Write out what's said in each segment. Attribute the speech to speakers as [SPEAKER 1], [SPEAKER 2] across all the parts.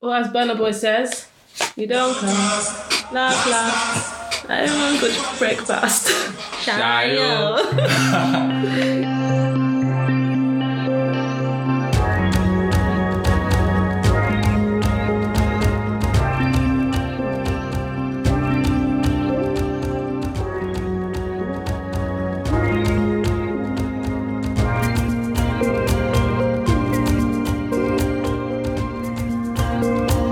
[SPEAKER 1] Well, as Burna Boy says, you don't come. Laugh, laugh. Everyone good breakfast.
[SPEAKER 2] Shayo.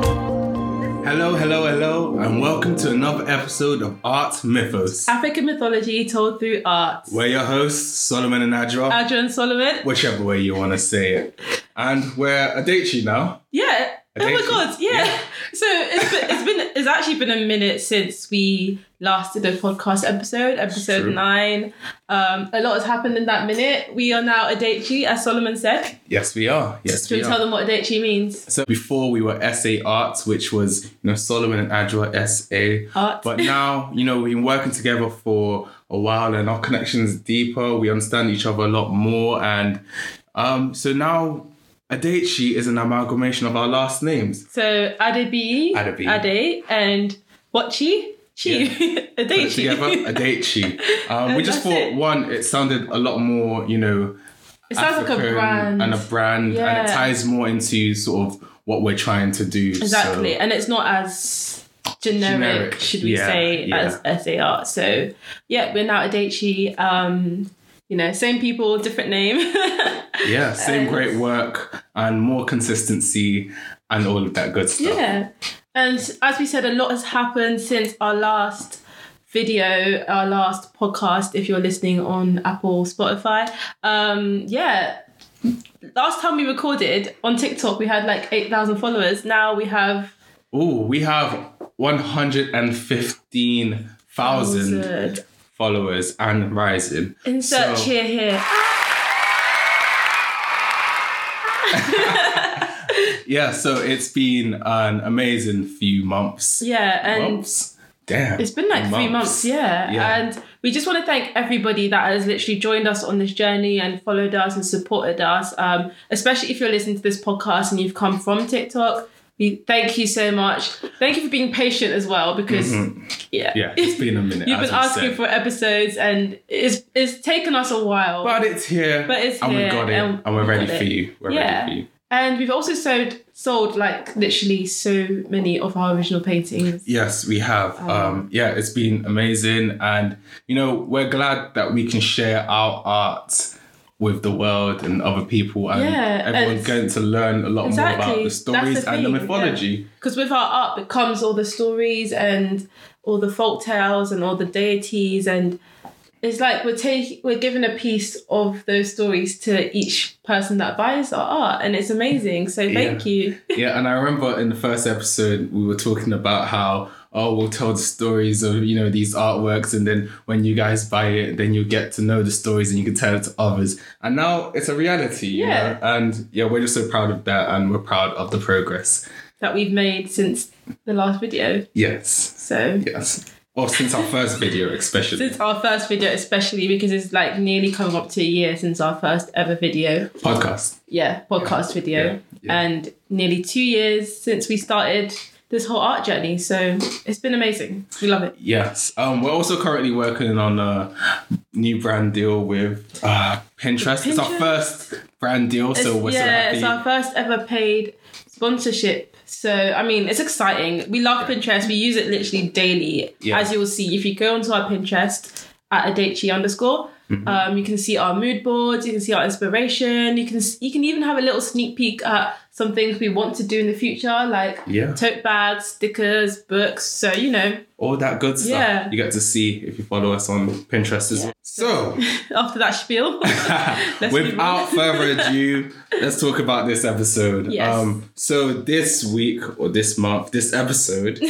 [SPEAKER 2] Hello, hello, hello, and welcome to another episode of Art Mythos.
[SPEAKER 1] African mythology told through art.
[SPEAKER 2] We're your hosts, Solomon and Adra,
[SPEAKER 1] Adrian Solomon.
[SPEAKER 2] whichever way you want to say it. And we're Adechi now.
[SPEAKER 1] Yeah.
[SPEAKER 2] I
[SPEAKER 1] Oh
[SPEAKER 2] think
[SPEAKER 1] my
[SPEAKER 2] she-
[SPEAKER 1] god, yeah.
[SPEAKER 2] yeah.
[SPEAKER 1] So it's been, it's been it's actually been a minute since we last did a podcast episode, episode
[SPEAKER 2] true.
[SPEAKER 1] nine. Um, a lot has happened in that minute. We are now Adechi, as Solomon said.
[SPEAKER 2] Yes, we are. Yes,
[SPEAKER 1] Do
[SPEAKER 2] we
[SPEAKER 1] you tell
[SPEAKER 2] are.
[SPEAKER 1] them what Adechi means?
[SPEAKER 2] So before we were SA Arts, which was you know Solomon and Adra SA.
[SPEAKER 1] Art.
[SPEAKER 2] But now, you know, we've been working together for a while and our connection's deeper. We understand each other a lot more. And um, so now Adechi is an amalgamation of our last names.
[SPEAKER 1] So Adebi,
[SPEAKER 2] Adebi.
[SPEAKER 1] Ade, and Watchi, Chi,
[SPEAKER 2] Put
[SPEAKER 1] Adechi.
[SPEAKER 2] together, Adechi. Um, we
[SPEAKER 1] And
[SPEAKER 2] just
[SPEAKER 1] that's
[SPEAKER 2] thought,
[SPEAKER 1] it.
[SPEAKER 2] one, it sounded a lot more, you know,
[SPEAKER 1] It sounds like a
[SPEAKER 2] African
[SPEAKER 1] brand.
[SPEAKER 2] and a brand, and it
[SPEAKER 1] Yeah.
[SPEAKER 2] ties more into sort of what we're trying to do. So-
[SPEAKER 1] exactly. And it's not as generic,
[SPEAKER 2] Generic,
[SPEAKER 1] should we
[SPEAKER 2] yeah,
[SPEAKER 1] say,
[SPEAKER 2] yeah.
[SPEAKER 1] as SAR. So yeah, we're now Adechi. Um, you know, same people, different name.
[SPEAKER 2] yeah, same great work and more consistency and all of that good stuff.
[SPEAKER 1] yeah. And as we said, a lot has happened since our last video, our last podcast, if you're listening on Apple, Spotify. Um, yeah. Last time we recorded on TikTok, we had like 8,000 followers. Now we have
[SPEAKER 2] Ooh, we have 115,000
[SPEAKER 1] 1,000.
[SPEAKER 2] followers and rising.
[SPEAKER 1] Insert
[SPEAKER 2] So-
[SPEAKER 1] cheer here.
[SPEAKER 2] Yeah, so it's been an amazing few months.
[SPEAKER 1] Yeah, and
[SPEAKER 2] Months? Damn.
[SPEAKER 1] it's been like three months, yeah.
[SPEAKER 2] Yeah.
[SPEAKER 1] And we just want to thank everybody that has literally joined us on this journey and followed us and supported us. Um, especially if you're listening to this podcast and you've come from TikTok. We thank you so much. Thank you for being patient as well, because yeah.
[SPEAKER 2] Mm-hmm. Yeah, it's been a minute.
[SPEAKER 1] You've
[SPEAKER 2] as
[SPEAKER 1] been
[SPEAKER 2] we
[SPEAKER 1] asking
[SPEAKER 2] said.
[SPEAKER 1] for episodes and it's it's taken us a while.
[SPEAKER 2] But it's here.
[SPEAKER 1] But it's
[SPEAKER 2] and
[SPEAKER 1] here,
[SPEAKER 2] we got it.
[SPEAKER 1] and
[SPEAKER 2] And, we're
[SPEAKER 1] we
[SPEAKER 2] ready
[SPEAKER 1] got
[SPEAKER 2] for
[SPEAKER 1] it.
[SPEAKER 2] you. We're
[SPEAKER 1] Yeah.
[SPEAKER 2] ready for you.
[SPEAKER 1] and we've also sold sold like literally so many of our original paintings.
[SPEAKER 2] Yes, we have.
[SPEAKER 1] Oh.
[SPEAKER 2] Um, yeah, it's been amazing. And, you know, we're glad that we can share our art with the world and other people. And
[SPEAKER 1] Yeah,
[SPEAKER 2] everyone's
[SPEAKER 1] and-
[SPEAKER 2] going to learn a lot more
[SPEAKER 1] Exactly,
[SPEAKER 2] about the
[SPEAKER 1] that's the
[SPEAKER 2] stories and the
[SPEAKER 1] thing,
[SPEAKER 2] mythology.
[SPEAKER 1] because with our art it comes all the stories and all the folk tales and all the deities and it's like we're taking we're giving a piece of those stories to each person that buys our art and it's amazing so thank you
[SPEAKER 2] Yeah. and I remember in the first episode, we were talking about how. Oh, we'll tell the stories of you know these artworks, and then when you guys buy it, then you'll get to know the stories and you can tell it to others. And now it's a reality, you
[SPEAKER 1] Yeah.
[SPEAKER 2] know? And yeah, we're just so proud of that, and we're proud of the progress.
[SPEAKER 1] that we've made since the last video
[SPEAKER 2] Yes,
[SPEAKER 1] so
[SPEAKER 2] Yes. Or since our first video, especially.
[SPEAKER 1] since our first video especially because it's like nearly coming up to a year since our first ever video
[SPEAKER 2] Podcast.
[SPEAKER 1] yeah podcast video
[SPEAKER 2] Yeah, yeah.
[SPEAKER 1] and nearly two years since we started this whole art journey so it's been amazing we love it
[SPEAKER 2] Yes. Um, we're also currently working on a new brand deal with uh, Pinterest. It's our
[SPEAKER 1] Pinterest.
[SPEAKER 2] first brand deal, so
[SPEAKER 1] It's-
[SPEAKER 2] we're
[SPEAKER 1] yeah,
[SPEAKER 2] so
[SPEAKER 1] it's
[SPEAKER 2] happy.
[SPEAKER 1] our first ever paid sponsorship. So I mean, it's exciting. We love Pinterest. We use it literally daily,
[SPEAKER 2] Yeah.
[SPEAKER 1] as you will see if you go onto our Pinterest at Adechi underscore.
[SPEAKER 2] Mm-hmm.
[SPEAKER 1] Um, you can see our mood boards. You can see our inspiration. You can s- you can even have a little sneak peek at some things we want to do in the future, like
[SPEAKER 2] Yeah.
[SPEAKER 1] tote bags, stickers, books. So you know,
[SPEAKER 2] All that good stuff.
[SPEAKER 1] Yeah.
[SPEAKER 2] You get to see if you follow us on Pinterest as well. So,
[SPEAKER 1] after that spiel, Let's move on.
[SPEAKER 2] without further ado, let's talk about this episode.
[SPEAKER 1] Yes.
[SPEAKER 2] Um, so this week or this month, this episode,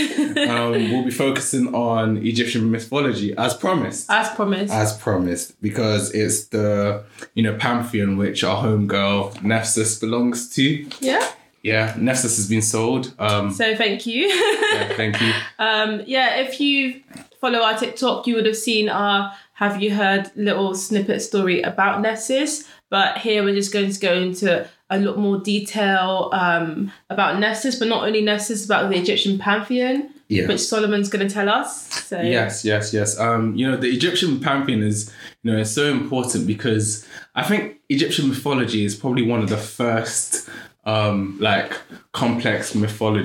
[SPEAKER 2] um, we'll be focusing on Egyptian mythology as promised.
[SPEAKER 1] as promised,
[SPEAKER 2] as promised because it's the you know pantheon which our homegirl Nephsis belongs to.
[SPEAKER 1] yeah.
[SPEAKER 2] Yeah, Nephsis has been sold. Um,
[SPEAKER 1] So thank you.
[SPEAKER 2] yeah, thank you.
[SPEAKER 1] Um, yeah, if you follow our TikTok, you would have seen our Have You Heard little snippet story about Nessis. But here we're just going to go into a lot more detail um, about Nepsis, but not only Nepsis, about the Egyptian pantheon,
[SPEAKER 2] Yeah.
[SPEAKER 1] which Solomon's going to tell us. So
[SPEAKER 2] Yes, yes, yes. Um, you know, the Egyptian pantheon is, you know, it's so important because I think Egyptian mythology is probably one of the first um like complex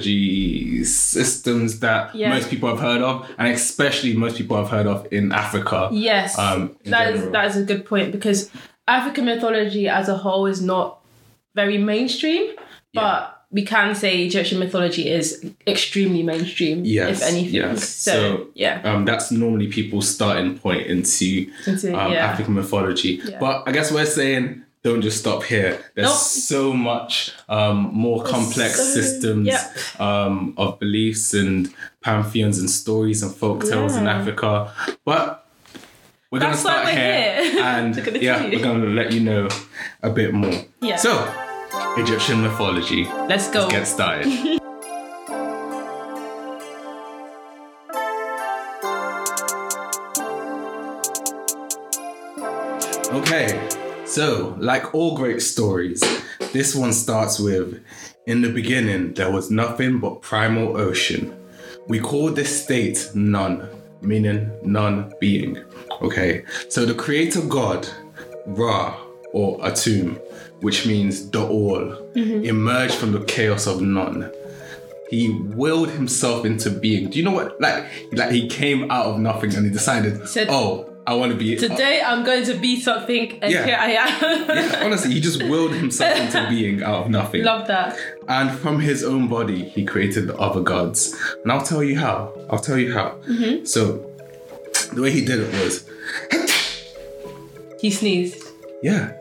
[SPEAKER 2] mythology systems that
[SPEAKER 1] Yeah.
[SPEAKER 2] most people have heard of and especially most people have heard of in Africa.
[SPEAKER 1] Yes,
[SPEAKER 2] Um, in
[SPEAKER 1] that is
[SPEAKER 2] general.
[SPEAKER 1] that is a good point because African mythology as a whole is not very mainstream, but we can say Egyptian mythology is extremely mainstream.
[SPEAKER 2] Yes,
[SPEAKER 1] if anything.
[SPEAKER 2] yes.
[SPEAKER 1] So,
[SPEAKER 2] So,
[SPEAKER 1] yeah,
[SPEAKER 2] Um, that's normally people's starting point into
[SPEAKER 1] Into-
[SPEAKER 2] um,
[SPEAKER 1] yeah.
[SPEAKER 2] African mythology.
[SPEAKER 1] Yeah.
[SPEAKER 2] But I guess we're saying don't just stop here. There's
[SPEAKER 1] Nope.
[SPEAKER 2] so much um, more complex
[SPEAKER 1] so-
[SPEAKER 2] systems
[SPEAKER 1] yep.
[SPEAKER 2] um, of beliefs and pantheons and stories and folk tales in
[SPEAKER 1] Yeah.
[SPEAKER 2] Africa. But we're going to
[SPEAKER 1] That's why
[SPEAKER 2] start
[SPEAKER 1] we're
[SPEAKER 2] here,
[SPEAKER 1] here.
[SPEAKER 2] and
[SPEAKER 1] To continue.
[SPEAKER 2] yeah, we're going to let you know a bit more.
[SPEAKER 1] Yeah.
[SPEAKER 2] So, Egyptian mythology.
[SPEAKER 1] let's go.
[SPEAKER 2] Let's get started. okay, so like all great stories, this one starts with In the beginning, there was nothing but primal ocean. We call this state none, meaning non being. Okay, so the creator god, Ra, or Atum, which means the all,
[SPEAKER 1] Mm-hmm.
[SPEAKER 2] emerged from the chaos of none. He willed himself into being. Do you know what? Like, like he came out of nothing and he decided,
[SPEAKER 1] Said-
[SPEAKER 2] "Oh, I want to be."
[SPEAKER 1] Today I'm going to be something, and
[SPEAKER 2] Yeah.
[SPEAKER 1] here I am.
[SPEAKER 2] Honestly, he just willed himself into being out of nothing.
[SPEAKER 1] Love that.
[SPEAKER 2] And from his own body, he created the other gods. And I'll tell you how. I'll tell you how.
[SPEAKER 1] Mm-hmm.
[SPEAKER 2] So, the way he did it was,
[SPEAKER 1] He sneezed.
[SPEAKER 2] yeah.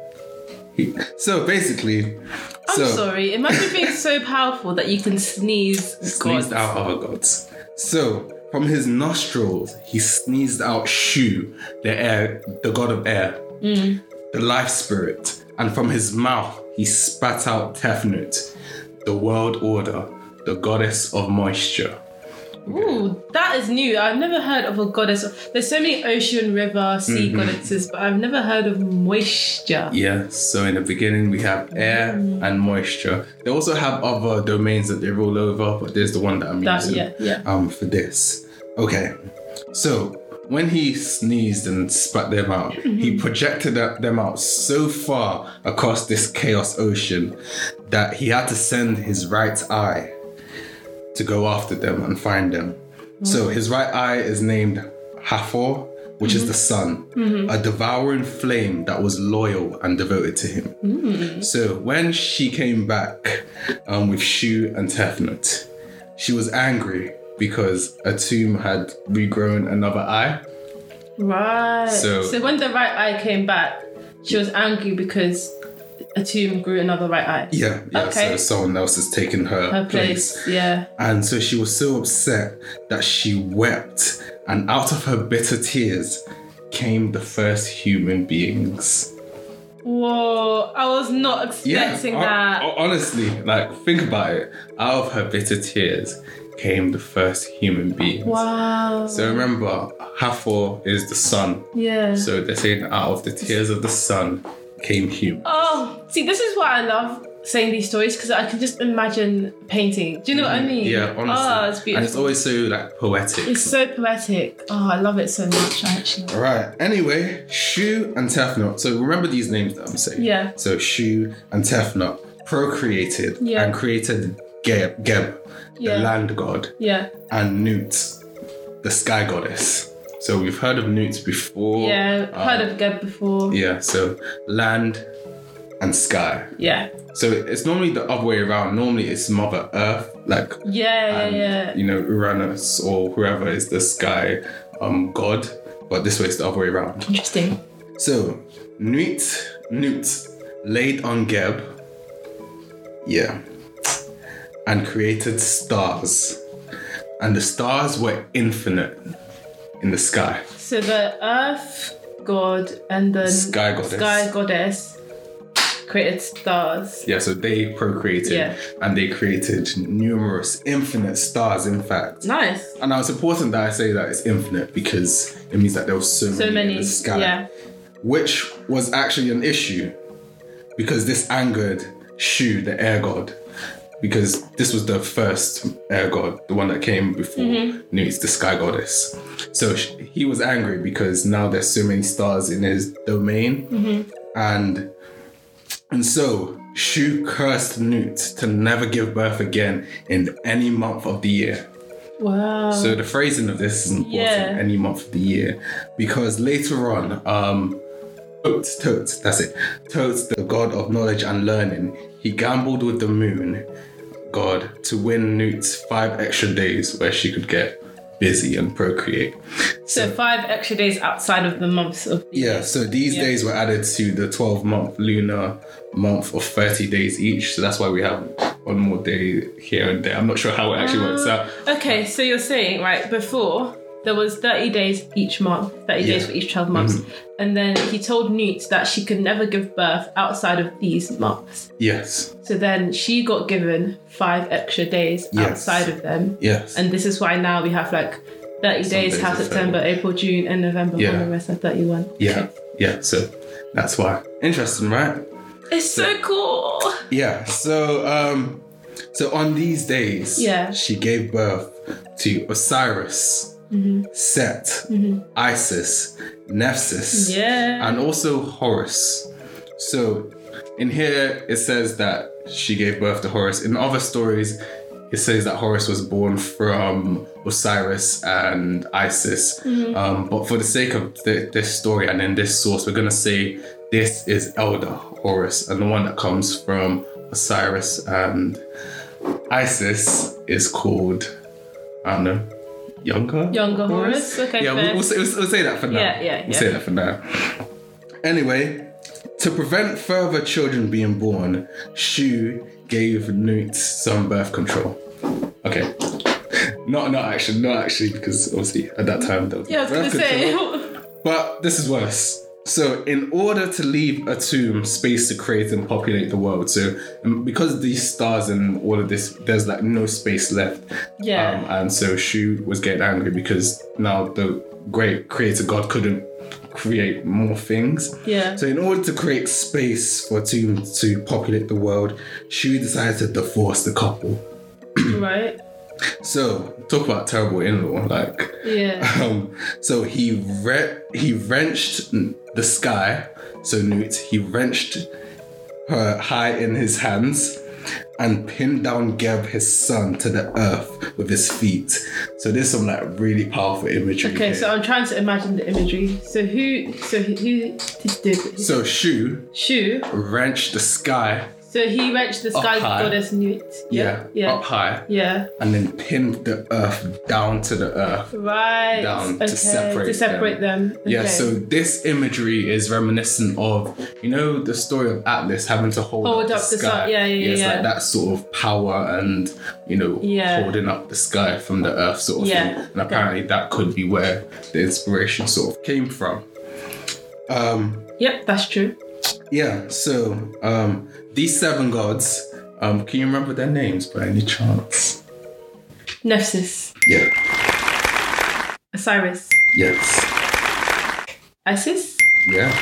[SPEAKER 2] He- so basically,
[SPEAKER 1] I'm
[SPEAKER 2] so
[SPEAKER 1] sorry. Imagine being so powerful that you can sneeze.
[SPEAKER 2] sneezed
[SPEAKER 1] gods.
[SPEAKER 2] out other gods. So from his nostrils, he sneezed out Shu, the air, the god of air,
[SPEAKER 1] Mm.
[SPEAKER 2] the life spirit, and from his mouth, he spat out Tefnut, the world order, the goddess of moisture.
[SPEAKER 1] Ooh, that is new. I've never heard of a goddess. There's so many ocean, river, sea goddesses, but I've never heard of moisture.
[SPEAKER 2] Mm-hmm. Yeah, so in the beginning we have air
[SPEAKER 1] Mm.
[SPEAKER 2] and moisture. They also have other domains that they rule over, but there's the one that I'm
[SPEAKER 1] That-
[SPEAKER 2] using
[SPEAKER 1] yeah, yeah.
[SPEAKER 2] um for this. Okay. So when he sneezed and spat them out,
[SPEAKER 1] Mm-hmm.
[SPEAKER 2] he projected that- them out so far across this chaos ocean that he had to send his right eye to go after them and find them. So
[SPEAKER 1] Mm-hmm.
[SPEAKER 2] his right eye is named Hathor, which is the sun,
[SPEAKER 1] Mm-hmm.
[SPEAKER 2] a devouring flame that was loyal and devoted to him.
[SPEAKER 1] Mm.
[SPEAKER 2] So when she came back um, with Shu and Tefnut, she was angry because a tomb had regrown another eye.
[SPEAKER 1] Right.
[SPEAKER 2] So-
[SPEAKER 1] when the right eye came back, she was angry because a tomb grew another right eye.
[SPEAKER 2] Yeah, yeah. So
[SPEAKER 1] Okay.
[SPEAKER 2] someone else has taken her,
[SPEAKER 1] Her
[SPEAKER 2] place.
[SPEAKER 1] place. Yeah.
[SPEAKER 2] And so she was so upset that she wept, and out of her bitter tears came the first human beings.
[SPEAKER 1] Whoa. I was not expecting
[SPEAKER 2] hon-
[SPEAKER 1] that.
[SPEAKER 2] hon- honestly, like think about it. Out of her bitter tears came the first human beings.
[SPEAKER 1] wow.
[SPEAKER 2] So remember, Hathor is the sun.
[SPEAKER 1] yeah.
[SPEAKER 2] So they're saying out of the tears of the sun came human.
[SPEAKER 1] oh, see, this is why I love saying these stories because I can just imagine painting. Do you know what I mean?
[SPEAKER 2] Mm-hmm. Yeah, honestly.
[SPEAKER 1] Oh, it's beautiful.
[SPEAKER 2] And it's always so like poetic.
[SPEAKER 1] It's so poetic. Oh, I love it so much, actually.
[SPEAKER 2] All right. Anyway, Shu and Tefnut. So remember these names that I'm saying.
[SPEAKER 1] Yeah.
[SPEAKER 2] So Shu and Tefnut procreated
[SPEAKER 1] Yeah.
[SPEAKER 2] and created Geb, Geb
[SPEAKER 1] Yeah.
[SPEAKER 2] the land god,
[SPEAKER 1] Yeah.
[SPEAKER 2] and Nut, the sky goddess. So we've heard of Nut before.
[SPEAKER 1] Yeah.
[SPEAKER 2] Um,
[SPEAKER 1] Heard of Geb before.
[SPEAKER 2] Yeah. So land and sky.
[SPEAKER 1] Yeah.
[SPEAKER 2] So it's normally the other way around. Normally it's Mother Earth, like
[SPEAKER 1] Yeah. Yeah.
[SPEAKER 2] and,
[SPEAKER 1] yeah.
[SPEAKER 2] you know Uranus or whoever is the sky um, god. But this way it's the other way around.
[SPEAKER 1] Interesting.
[SPEAKER 2] So, Newt, Newt laid on Geb. Yeah. And created stars. And the stars were infinite in the sky.
[SPEAKER 1] So the Earth God and the
[SPEAKER 2] Sky goddess.
[SPEAKER 1] sky goddess created stars.
[SPEAKER 2] Yeah, so they procreated
[SPEAKER 1] Yeah.
[SPEAKER 2] and they created numerous, infinite stars, in fact.
[SPEAKER 1] Nice.
[SPEAKER 2] And now it's important that I say that it's infinite because it means that there was so,
[SPEAKER 1] So
[SPEAKER 2] in
[SPEAKER 1] many.
[SPEAKER 2] the sky.
[SPEAKER 1] Yeah.
[SPEAKER 2] which was actually an issue because this angered Shu, the air god, because this was the first air god, the one that came before Nuit's, the sky goddess. So sh- he was angry because now there's so many stars in his domain, and and so Shu cursed Nut to never give birth again in any month of the year.
[SPEAKER 1] Wow.
[SPEAKER 2] So the phrasing of this is important
[SPEAKER 1] Yeah.
[SPEAKER 2] any month of the year because later on, um, Totes, Totes, that's it. Totes, the god of knowledge and learning, he gambled with the moon god to win Newt's five extra days where she could get busy and procreate.
[SPEAKER 1] so five extra days outside of the months of the
[SPEAKER 2] Yeah, so these days were added to the 12 month lunar month of 30 days each. So that's why we have one more day here and there. I'm not sure how it actually works
[SPEAKER 1] Ah.
[SPEAKER 2] out.
[SPEAKER 1] Okay, so you're saying right before there was 30 days each month, 30 days
[SPEAKER 2] Yeah. Mm-hmm.
[SPEAKER 1] for each 12 months, and then he told Newt that she could never give birth outside of these months.
[SPEAKER 2] Yes,
[SPEAKER 1] So then she got given five extra days
[SPEAKER 2] Yes.
[SPEAKER 1] outside of them,
[SPEAKER 2] yes.
[SPEAKER 1] and this is why now we have like 30 days,
[SPEAKER 2] days
[SPEAKER 1] half
[SPEAKER 2] are
[SPEAKER 1] September, April, June, and November,
[SPEAKER 2] Yeah.
[SPEAKER 1] and the rest are 31.
[SPEAKER 2] Yeah, yeah. So that's why. Interesting, right?
[SPEAKER 1] It's so cool.
[SPEAKER 2] Yeah. So um, so on these days,
[SPEAKER 1] Yeah.
[SPEAKER 2] she gave birth to Osiris,
[SPEAKER 1] Mm-hmm.
[SPEAKER 2] Set, Isis, Nephthys,
[SPEAKER 1] Yeah.
[SPEAKER 2] and also Horus. So in here it says that she gave birth to Horus. In other stories, it says that Horus was born from Osiris and Isis.
[SPEAKER 1] Mm-hmm.
[SPEAKER 2] Um, but for the sake of th- this story and in this source, we're going to say this is Elder Horus, and the one that comes from Osiris and Isis is called, I don't know, Younger?
[SPEAKER 1] Younger Horus? Okay,
[SPEAKER 2] yeah,
[SPEAKER 1] fair.
[SPEAKER 2] we'll, we'll, say, we'll, we'll say that for now.
[SPEAKER 1] Yeah, yeah,
[SPEAKER 2] We'll
[SPEAKER 1] yeah.
[SPEAKER 2] say that for now. Anyway, to prevent further children being born, Shu gave Newt some birth control. Okay. Not, not actually, not actually, because obviously at that time there was
[SPEAKER 1] Yeah, I was
[SPEAKER 2] birth
[SPEAKER 1] gonna say.
[SPEAKER 2] but this is worse. So, in order to leave a tomb space to create and populate the world, so um, because of these stars and all of this, there's like no space left.
[SPEAKER 1] Yeah.
[SPEAKER 2] Um, and so Shu was getting angry because now the great creator god couldn't create more things.
[SPEAKER 1] yeah.
[SPEAKER 2] So, in order to create space for a tomb to populate the world, Shu decided to divorce the couple. Um,
[SPEAKER 1] right.
[SPEAKER 2] So, talk about terrible in law. Like,
[SPEAKER 1] Yeah.
[SPEAKER 2] um, so he re- he wrenched the sky. So Newt he wrenched her high in his hands and pinned down Geb his son to the earth with his feet. So there's some like really powerful imagery.
[SPEAKER 1] Okay,
[SPEAKER 2] here.
[SPEAKER 1] so I'm trying to imagine the imagery. So who? So who who did this?
[SPEAKER 2] so Shu
[SPEAKER 1] Shu.
[SPEAKER 2] wrenched the sky,
[SPEAKER 1] So he wrenched the sky
[SPEAKER 2] Up high.
[SPEAKER 1] goddess Newt.
[SPEAKER 2] yeah,
[SPEAKER 1] Yeah.
[SPEAKER 2] up high,
[SPEAKER 1] Yeah.
[SPEAKER 2] and then pinned the earth down to the earth.
[SPEAKER 1] Right.
[SPEAKER 2] Down to
[SPEAKER 1] okay.
[SPEAKER 2] separate
[SPEAKER 1] to separate them.
[SPEAKER 2] Yeah,
[SPEAKER 1] Okay.
[SPEAKER 2] so this imagery is reminiscent of you know the story of Atlas having to hold,
[SPEAKER 1] Hold
[SPEAKER 2] up,
[SPEAKER 1] up the
[SPEAKER 2] the sky.
[SPEAKER 1] sun- yeah, yeah,
[SPEAKER 2] It's
[SPEAKER 1] yeah.
[SPEAKER 2] like that sort of power and you know
[SPEAKER 1] Yeah.
[SPEAKER 2] holding up the sky from the earth sort of
[SPEAKER 1] Yeah.
[SPEAKER 2] thing. And apparently that could be where the inspiration sort of came from. Um,
[SPEAKER 1] Yep, that's true.
[SPEAKER 2] yeah, so um, these seven gods, um, can you remember their names by any chance?
[SPEAKER 1] Nephthys,
[SPEAKER 2] Yeah.
[SPEAKER 1] Osiris,
[SPEAKER 2] Yes.
[SPEAKER 1] Isis.
[SPEAKER 2] Yes.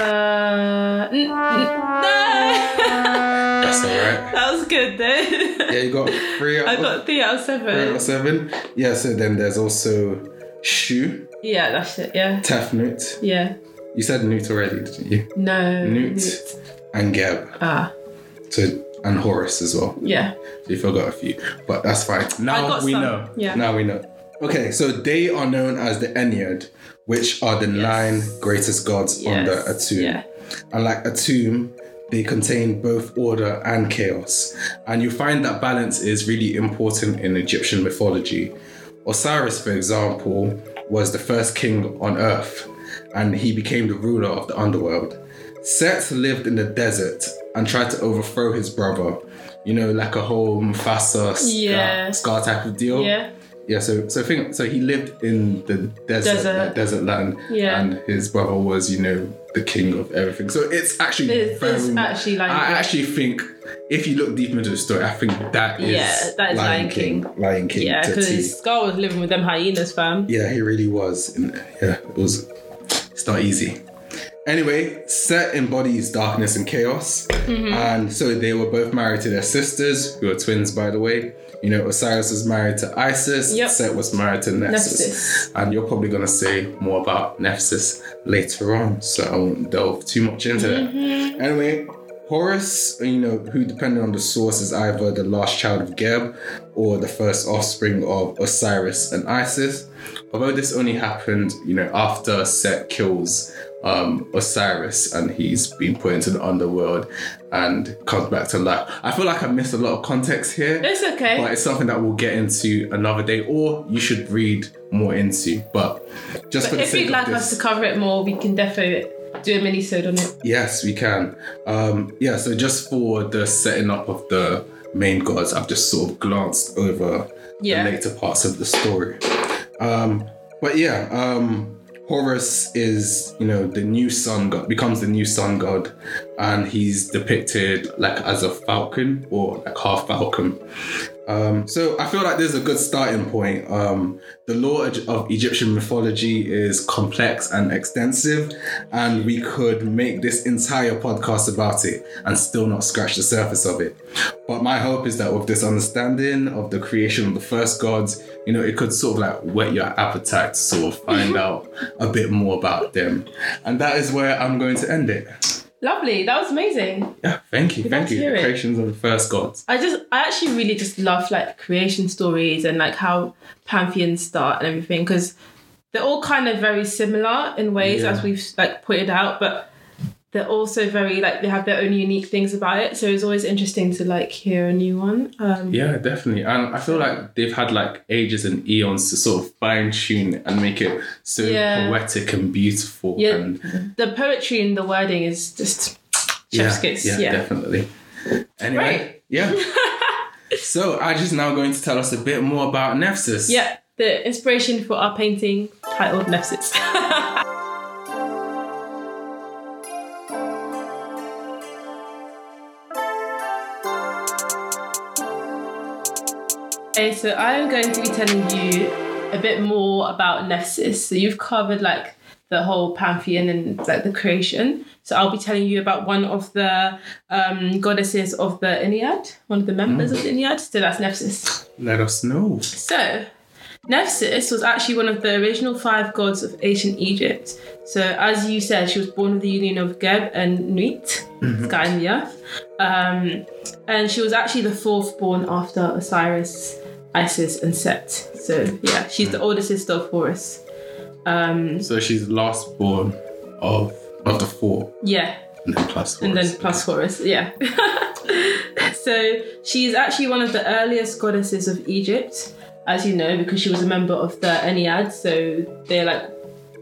[SPEAKER 1] Uh, n- n- no.
[SPEAKER 2] That's all right.
[SPEAKER 1] that was good though.
[SPEAKER 2] Yeah, you got three. out
[SPEAKER 1] I
[SPEAKER 2] of-
[SPEAKER 1] got three out of
[SPEAKER 2] Three
[SPEAKER 1] seven.
[SPEAKER 2] or seven. Yeah, so then there's also Shu,
[SPEAKER 1] Yeah, that's it. Yeah.
[SPEAKER 2] Tefnut.
[SPEAKER 1] Yeah.
[SPEAKER 2] You said Newt already, didn't you?
[SPEAKER 1] No.
[SPEAKER 2] Newt. And Geb.
[SPEAKER 1] Ah.
[SPEAKER 2] So and Horus as well.
[SPEAKER 1] Yeah.
[SPEAKER 2] So you forgot a few. But that's fine. Now
[SPEAKER 1] got
[SPEAKER 2] we
[SPEAKER 1] some.
[SPEAKER 2] know.
[SPEAKER 1] Yeah.
[SPEAKER 2] Now we know. Okay, so they are known as the Ennead, which are the nine greatest gods
[SPEAKER 1] Yes.
[SPEAKER 2] under Atum.
[SPEAKER 1] Yeah.
[SPEAKER 2] And like Atum, they contain both order and chaos. And you find that balance is really important in Egyptian mythology. Osiris, for example, was the first king on earth, and he became the ruler of the underworld. Set lived in the desert and tried to overthrow his brother. You know, like a whole Mufasa scar,
[SPEAKER 1] Yeah.
[SPEAKER 2] scar type of deal.
[SPEAKER 1] Yeah.
[SPEAKER 2] Yeah, so so think so he lived in the desert
[SPEAKER 1] Desert.
[SPEAKER 2] like, desert land,
[SPEAKER 1] Yeah.
[SPEAKER 2] and his brother was you know the king of everything. So it's actually
[SPEAKER 1] It's-
[SPEAKER 2] very.
[SPEAKER 1] it's actually Lion
[SPEAKER 2] I
[SPEAKER 1] King.
[SPEAKER 2] actually think if you look deep into the story, I think that is
[SPEAKER 1] Yeah, that is Lion
[SPEAKER 2] Lion King.
[SPEAKER 1] Yeah,
[SPEAKER 2] to a T.
[SPEAKER 1] because Scar was living with them hyenas, fam.
[SPEAKER 2] yeah, he really was. And yeah, it was. It's not easy. Anyway, Set embodies darkness and chaos,
[SPEAKER 1] Mm-hmm.
[SPEAKER 2] and so they were both married to their sisters, who are twins, by the way. You know, Osiris was married to Isis,
[SPEAKER 1] Yep.
[SPEAKER 2] Set was married to Nepsis.
[SPEAKER 1] Nepsis.
[SPEAKER 2] And you're probably going to say more about Nepsis later on, so I won't delve too much into that. Anyway, Horus, you know, who depending on the source is either the last child of Geb or the first offspring of Osiris and Isis. Although this only happened, you know, after Set kills um, Osiris and he's been put into the underworld and comes back to life. I feel like I missed a lot of context here.
[SPEAKER 1] It's okay.
[SPEAKER 2] But it's something that we'll get into another day, or you should read more into. But just for
[SPEAKER 1] but
[SPEAKER 2] the
[SPEAKER 1] if
[SPEAKER 2] sake
[SPEAKER 1] you'd like
[SPEAKER 2] of
[SPEAKER 1] us
[SPEAKER 2] this,
[SPEAKER 1] to cover it more, we can definitely do a mini-sode on it.
[SPEAKER 2] yes, we can. Um, yeah, so just for the setting up of the main gods, I've just sort of glanced over
[SPEAKER 1] Yeah.
[SPEAKER 2] the later parts of the story. Um, but yeah, um, Horus is you know the new sun god, becomes the new sun god, and he's depicted like as a falcon or like half falcon. Um, so I feel like there's a good starting point. Um, the law of Egyptian mythology is complex and extensive, and we could make this entire podcast about it and still not scratch the surface of it. But my hope is that with this understanding of the creation of the first gods, you know, it could sort of like whet your appetite to sort of find out a bit more about them. And that is where I'm going to end it.
[SPEAKER 1] Lovely. That was amazing.
[SPEAKER 2] Yeah, thank you,
[SPEAKER 1] glad
[SPEAKER 2] thank
[SPEAKER 1] to
[SPEAKER 2] you.
[SPEAKER 1] hear
[SPEAKER 2] The
[SPEAKER 1] it.
[SPEAKER 2] creations of the first gods.
[SPEAKER 1] I just, I actually really just love like creation stories and like how pantheons start and everything because they're all kind of very similar in ways
[SPEAKER 2] Yeah.
[SPEAKER 1] as we've like pointed out, but they're also very like they have their own unique things about it. So it's always interesting to like hear a new one. Um,
[SPEAKER 2] Yeah, definitely. And I feel like they've had like ages and eons to sort of fine tune it and make it so
[SPEAKER 1] Yeah.
[SPEAKER 2] poetic and beautiful.
[SPEAKER 1] Yeah.
[SPEAKER 2] And
[SPEAKER 1] The poetry and the wording is just chef's kiss. Yeah.
[SPEAKER 2] definitely. Anyway,
[SPEAKER 1] Right.
[SPEAKER 2] yeah. so Aji's now going to tell us a bit more about Nephsis.
[SPEAKER 1] Yeah, the inspiration for our painting titled Nepsis. okay, so I am going to be telling you a bit more about Nepsis. So you've covered like the whole pantheon and like the creation. So I'll be telling you about one of the um, goddesses of the Iliad, one of the members of the Iliad. So that's Nepsis.
[SPEAKER 2] Let us know.
[SPEAKER 1] So, Nephthys was actually one of the original five gods of ancient Egypt. So, as you said, she was born of the union of Geb and Nuit, sky and the earth. Um, and she was actually the fourth born after Osiris, Isis, and Set. So, yeah, she's the older sister of Horus. Um,
[SPEAKER 2] So she's last born of of the four,
[SPEAKER 1] yeah,
[SPEAKER 2] and then plus
[SPEAKER 1] and then
[SPEAKER 2] Horus.
[SPEAKER 1] plus Horus, yeah. so she's actually one of the earliest goddesses of Egypt, as you know, because she was a member of the Ennead, so they're like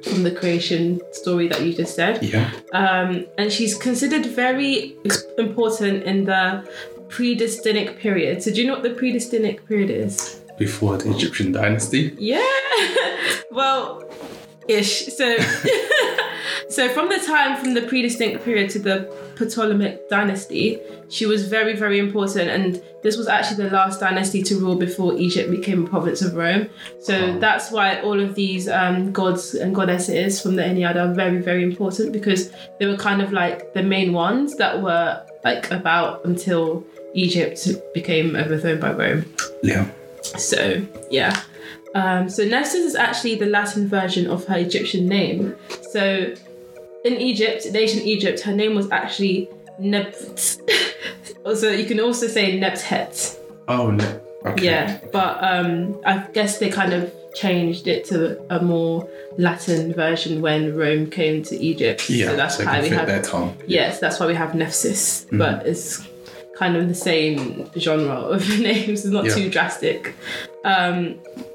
[SPEAKER 1] from the creation story that you just said.
[SPEAKER 2] Yeah.
[SPEAKER 1] Um, and she's considered very ex- important in the predestinic period. So do you know what the predestinic period is?
[SPEAKER 2] Before the Egyptian dynasty.
[SPEAKER 1] Yeah. well, ish. So, so from the time from the predistinct period to the Ptolemaic dynasty, she was very, very important, and this was actually the last dynasty to rule before Egypt became a province of Rome. So
[SPEAKER 2] Wow.
[SPEAKER 1] that's why all of these um, gods and goddesses from the Ennead are very, very important because they were kind of like the main ones that were like about until Egypt became overthrown by Rome.
[SPEAKER 2] Yeah.
[SPEAKER 1] So yeah. Um, so Nephthys is actually the Latin version of her Egyptian name. So in Egypt, in ancient Egypt, her name was actually Nept. also, you can also say Neptet.
[SPEAKER 2] Oh no. Okay.
[SPEAKER 1] Yeah, but um, I guess they kind of changed it to a more Latin version when Rome came to Egypt.
[SPEAKER 2] Yeah.
[SPEAKER 1] so that's
[SPEAKER 2] so it
[SPEAKER 1] why
[SPEAKER 2] can
[SPEAKER 1] we
[SPEAKER 2] fit
[SPEAKER 1] have
[SPEAKER 2] their tongue.
[SPEAKER 1] yes, that's why we have Nephthys,
[SPEAKER 2] Mm-hmm.
[SPEAKER 1] but it's kind of the same genre of names. It's not
[SPEAKER 2] Yeah.
[SPEAKER 1] too drastic. Um,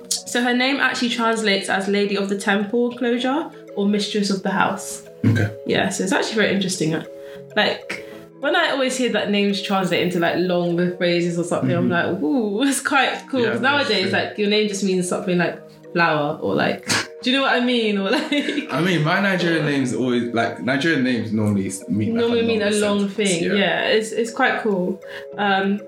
[SPEAKER 1] so her name actually translates as Lady of the Temple Closure or Mistress of the House.
[SPEAKER 2] Okay.
[SPEAKER 1] Yeah, so it's actually very interesting. Like when I always hear that names translate into like long phrases or something, I'm like, ooh, it's quite cool.
[SPEAKER 2] Mm-hmm. Yeah,
[SPEAKER 1] 'Cause
[SPEAKER 2] that's
[SPEAKER 1] nowadays,
[SPEAKER 2] true.
[SPEAKER 1] like your name just means something like flower or like, do you know what I mean? Or like.
[SPEAKER 2] I mean, my Nigerian names always like Nigerian names normally mean like,
[SPEAKER 1] normally
[SPEAKER 2] a
[SPEAKER 1] mean a long
[SPEAKER 2] sentence.
[SPEAKER 1] thing. Yeah, it's, it's quite cool. Um,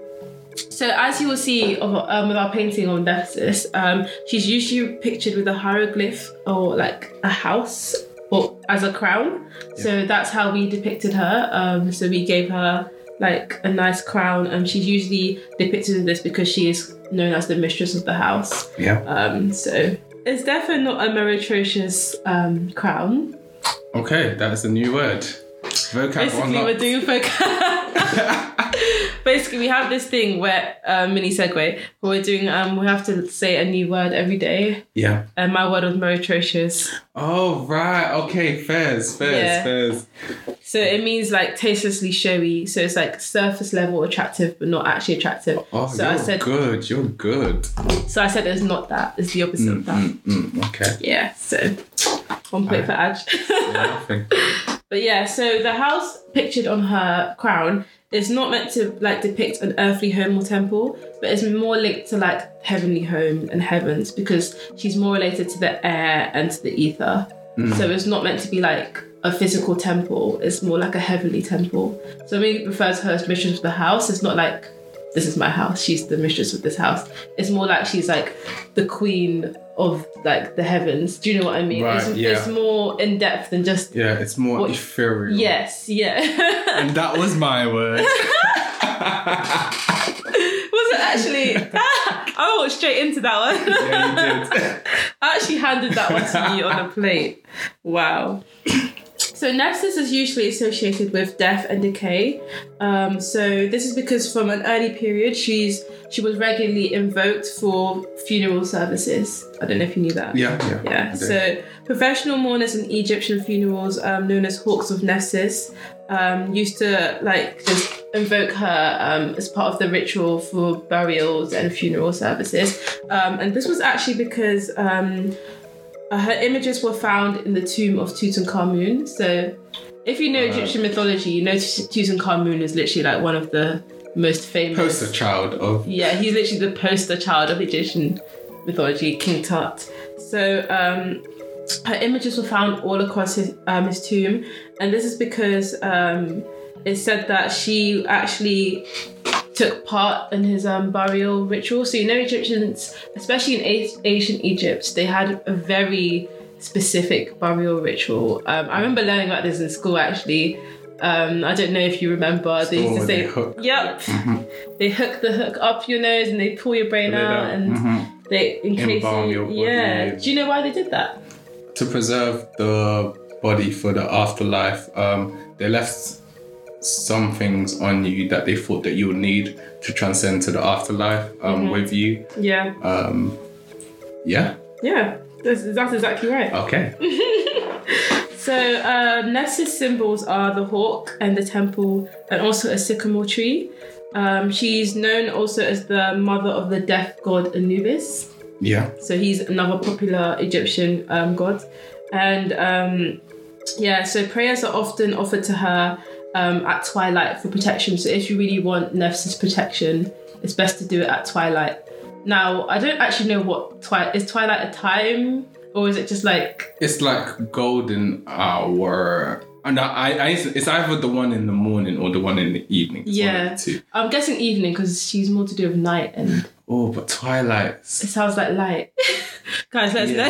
[SPEAKER 1] so as you will see of, um, with our painting on Nephthys, um, she's usually pictured with a hieroglyph or like a house or as a crown. So that's how we depicted her. Um, so we gave her like a nice crown. Um, she's usually depicted in this because she is known as the mistress of the house.
[SPEAKER 2] Yeah.
[SPEAKER 1] Um, so it's definitely not a meretricious um, crown.
[SPEAKER 2] Okay, that's a new word. Vocab
[SPEAKER 1] Basically, we're
[SPEAKER 2] unlocked.
[SPEAKER 1] doing Basically, we have this thing where uh, mini segue. Where we're doing, um, we have to say a new word every day.
[SPEAKER 2] yeah.
[SPEAKER 1] And my word was meretricious.
[SPEAKER 2] Oh right. Okay. Fairs. Fairs.
[SPEAKER 1] Yeah.
[SPEAKER 2] Fairs.
[SPEAKER 1] So it means like tastelessly showy. So it's like surface level attractive, but not actually attractive.
[SPEAKER 2] Oh,
[SPEAKER 1] so
[SPEAKER 2] you're
[SPEAKER 1] I said,
[SPEAKER 2] good. You're good.
[SPEAKER 1] so I said it's not that. It's the opposite of that.
[SPEAKER 2] Mm, mm, okay.
[SPEAKER 1] Yeah. So one
[SPEAKER 2] Uh,
[SPEAKER 1] point for Aj.
[SPEAKER 2] Nothing.
[SPEAKER 1] but yeah. So the house pictured on her crown is not meant to like depict an earthly home or temple, but it's more linked to like heavenly home and heavens because she's more related to the air and to the ether.
[SPEAKER 2] Mm.
[SPEAKER 1] So it's not meant to be like a physical temple. It's more like a heavenly temple. So when we refer to her as mistress of the house, it's not like this is my house. She's the mistress of this house. It's more like she's like the queen of like the heavens. Do you know what I mean?
[SPEAKER 2] Right,
[SPEAKER 1] it's,
[SPEAKER 2] yeah.
[SPEAKER 1] it's more in depth than just
[SPEAKER 2] Yeah, it's more
[SPEAKER 1] What-
[SPEAKER 2] ethereal.
[SPEAKER 1] yes, yeah.
[SPEAKER 2] And that was my word.
[SPEAKER 1] Was it actually? I walked straight into that one.
[SPEAKER 2] yeah, you did.
[SPEAKER 1] I actually handed that one to you on a plate. Wow. So nepsis is usually associated with death and decay. Um, so this is because from an early period, she's she was regularly invoked for funeral services. I don't know if you knew that.
[SPEAKER 2] Yeah, yeah.
[SPEAKER 1] Yeah.
[SPEAKER 2] I
[SPEAKER 1] So
[SPEAKER 2] did.
[SPEAKER 1] professional mourners in Egyptian funerals, um, known as hawks of nepsis, um, used to like just invoke her um, as part of the ritual for burials and funeral services. Um, and this was actually because um, uh, her images were found in the tomb of Tutankhamun. So if you know
[SPEAKER 2] Right.
[SPEAKER 1] Egyptian mythology, you know Tutankhamun is literally like one of the most famous.
[SPEAKER 2] poster child of
[SPEAKER 1] Yeah, he's literally the poster child of Egyptian mythology, King Tut. So um, her images were found all across his, um, his tomb, and this is because um, it's said that she actually took part in his um, burial ritual. So you know, Egyptians, especially in a- ancient Egypt, they had a very specific burial ritual. Um, I remember learning about this in school actually. Um, I don't know if you remember.
[SPEAKER 2] the
[SPEAKER 1] they
[SPEAKER 2] one
[SPEAKER 1] used to
[SPEAKER 2] where they
[SPEAKER 1] say,
[SPEAKER 2] hook.
[SPEAKER 1] "Yep, they hook the hook up your nose and they pull your brain
[SPEAKER 2] Lay
[SPEAKER 1] out,
[SPEAKER 2] down.
[SPEAKER 1] and they in case
[SPEAKER 2] Mm-hmm. Embalm
[SPEAKER 1] you-
[SPEAKER 2] your body.
[SPEAKER 1] yeah. Do you know why they did that?
[SPEAKER 2] to preserve the body for the afterlife. Um, they left some things on you that they thought that you would need to transcend to the afterlife um,
[SPEAKER 1] Mm-hmm.
[SPEAKER 2] with you.
[SPEAKER 1] Yeah,
[SPEAKER 2] Um, yeah.
[SPEAKER 1] Uh, yeah. That's, that's exactly right.
[SPEAKER 2] Okay.
[SPEAKER 1] So uh, Nessa's symbols are the hawk and the temple, and also a sycamore tree. Um, she's known also as the mother of the death god Anubis.
[SPEAKER 2] Yeah.
[SPEAKER 1] So he's another popular Egyptian um, god. And um, yeah, so prayers are often offered to her um, at twilight for protection. So if you really want Nephthys protection, it's best to do it at twilight. Now, I don't actually know what twilight is. Twilight a time, or is it just like
[SPEAKER 2] It's like golden hour. And I, I, it's either the one in the morning or the one in the evening. It's one of
[SPEAKER 1] Yeah.
[SPEAKER 2] the two.
[SPEAKER 1] I'm guessing evening because she's more to do with night and
[SPEAKER 2] Oh, but twilight.
[SPEAKER 1] it sounds like light. Guys, let us know.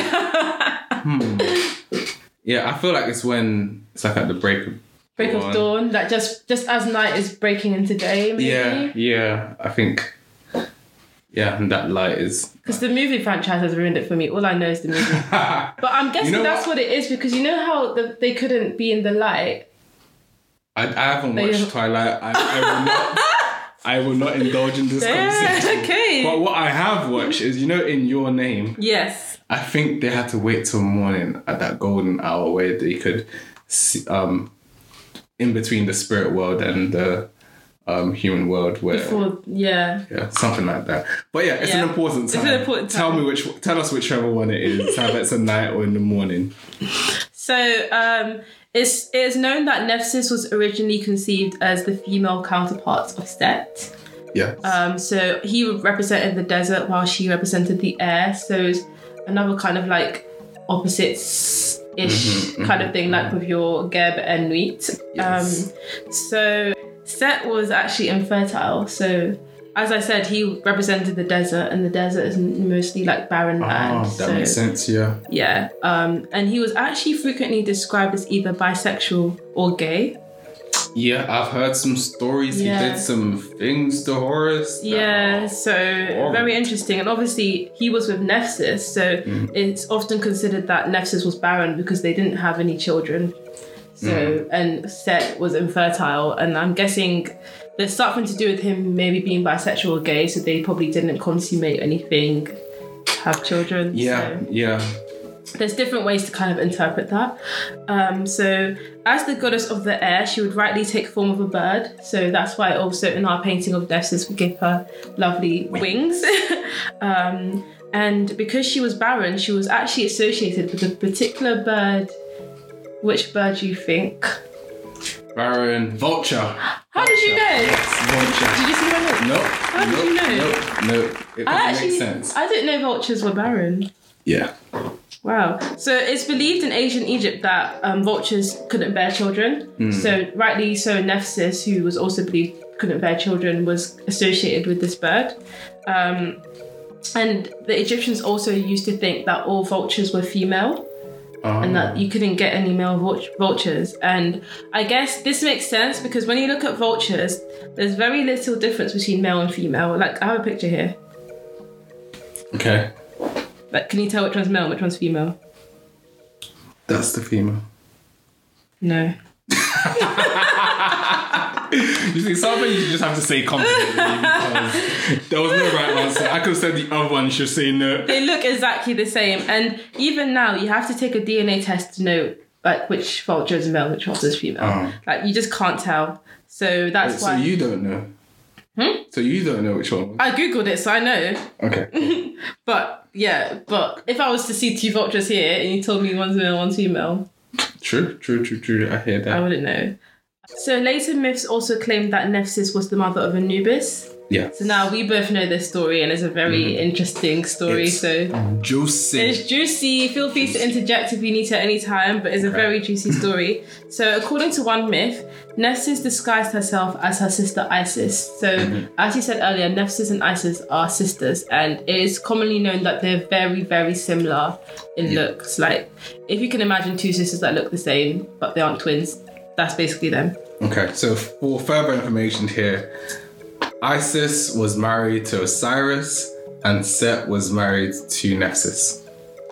[SPEAKER 2] Hmm. Yeah, I feel like it's when it's like at the break of
[SPEAKER 1] Break of dawn, like just just as night is breaking into day, maybe.
[SPEAKER 2] Yeah, yeah. I think. Yeah, and that light is.
[SPEAKER 1] Because the movie franchise has ruined it for me. All I know is the movie.
[SPEAKER 2] I
[SPEAKER 1] But I'm guessing
[SPEAKER 2] know
[SPEAKER 1] that's what? it is because you know how the, they couldn't be in the light.
[SPEAKER 2] I haven't
[SPEAKER 1] They-
[SPEAKER 2] watched Twilight. I, I will not. I will not indulge in this conversation.
[SPEAKER 1] okay.
[SPEAKER 2] But what I have watched is, you know, in Your Name,
[SPEAKER 1] yes.
[SPEAKER 2] I think they had to wait till morning at that golden hour where they could, see, um, in between the spirit world and the um, human world, where
[SPEAKER 1] For yeah.
[SPEAKER 2] yeah, something like that. But yeah, it's
[SPEAKER 1] Yeah.
[SPEAKER 2] an important
[SPEAKER 1] an
[SPEAKER 2] time.
[SPEAKER 1] important
[SPEAKER 2] Tell
[SPEAKER 1] time.
[SPEAKER 2] me which, tell us whichever one it is. Whether it's a night or in the morning.
[SPEAKER 1] So um, it's it is known that Nephthys was originally conceived as the female counterpart of Set.
[SPEAKER 2] Yeah.
[SPEAKER 1] Um, so he represented the desert while she represented the air. So it's another kind of like opposites ish kind of thing, like with your Geb and Nuit.
[SPEAKER 2] Mm-hmm, Yes.
[SPEAKER 1] Um, so Set was actually infertile. So as I said, he represented the desert, and the desert is mostly like barren land.
[SPEAKER 2] Oh, that
[SPEAKER 1] so
[SPEAKER 2] makes sense. Yeah.
[SPEAKER 1] yeah, um, and he was actually frequently described as either bisexual or gay.
[SPEAKER 2] Yeah, I've heard some stories. He
[SPEAKER 1] Yeah.
[SPEAKER 2] did some things to Horus. that-
[SPEAKER 1] Yeah, so very interesting. And obviously, he was with Nephthys, so it's often considered that Nephthys was barren because they didn't have any children. So, and Set was infertile, and I'm guessing there's something to do with him maybe being bisexual or gay, so they probably didn't consummate anything, have children.
[SPEAKER 2] Yeah,
[SPEAKER 1] so
[SPEAKER 2] yeah.
[SPEAKER 1] there's different ways to kind of interpret that. Um, so, as the goddess of the air, she would rightly take form of a bird. So that's why also in our painting of Nephthys, we give her lovely wings. um, and because she was barren, she was actually associated with a particular bird. Which bird do you think?
[SPEAKER 2] Baron Vulture.
[SPEAKER 1] How did you know? Did
[SPEAKER 2] Vulture.
[SPEAKER 1] you see my note?
[SPEAKER 2] Nope.
[SPEAKER 1] did
[SPEAKER 2] nope,
[SPEAKER 1] you know?
[SPEAKER 2] Nope. Nope. It doesn't
[SPEAKER 1] I actually,
[SPEAKER 2] make sense.
[SPEAKER 1] I didn't know vultures were barren.
[SPEAKER 2] Yeah.
[SPEAKER 1] Wow. So it's believed in ancient Egypt that um, vultures couldn't bear children. So rightly so, Nephthys, who was also believed couldn't bear children, was associated with this bird. Um, and the Egyptians also used to think that all vultures were female
[SPEAKER 2] Um,
[SPEAKER 1] and that you couldn't get any male vult- vultures. And I guess this makes sense because when you look at vultures, there's very little difference between male and female. Like I have a picture here.
[SPEAKER 2] okay.
[SPEAKER 1] Like, can you tell which one's male and which one's female?
[SPEAKER 2] That's the female.
[SPEAKER 1] No.
[SPEAKER 2] You see, something you just have to say confidently because there was no right answer. I could have said the other one. You should say no.
[SPEAKER 1] they look exactly the same. And even now, you have to take a DNA test to know like which vulture is male, which vulture is female.
[SPEAKER 2] Oh.
[SPEAKER 1] Like you just can't tell. So that's
[SPEAKER 2] So
[SPEAKER 1] why
[SPEAKER 2] you don't know.
[SPEAKER 1] Hmm?
[SPEAKER 2] So you don't know which one.
[SPEAKER 1] I googled it, so I know.
[SPEAKER 2] Okay.
[SPEAKER 1] But yeah, but if I was to see two vultures here and you told me one's male, one's female,
[SPEAKER 2] true. True. True. True. I hear
[SPEAKER 1] I
[SPEAKER 2] that.
[SPEAKER 1] wouldn't know. So later myths also claimed that Nephthys was the mother of Anubis.
[SPEAKER 2] Yeah.
[SPEAKER 1] So now we both know this story, and it's a very interesting story.
[SPEAKER 2] Mm-hmm.
[SPEAKER 1] so
[SPEAKER 2] It's- Juicy.
[SPEAKER 1] It's juicy. Feel free to interject if you need to at any time, but it's a very juicy story. So, according to one myth, Nephthys disguised herself as her sister Isis. So, as you said earlier, Nephthys and Isis are sisters, and it is commonly known that they're very, very similar in looks. Like, if you can imagine two sisters that look the same but they aren't twins, that's basically them.
[SPEAKER 2] Okay, so for further information here, Isis was married to Osiris and Set was married to Nephthys.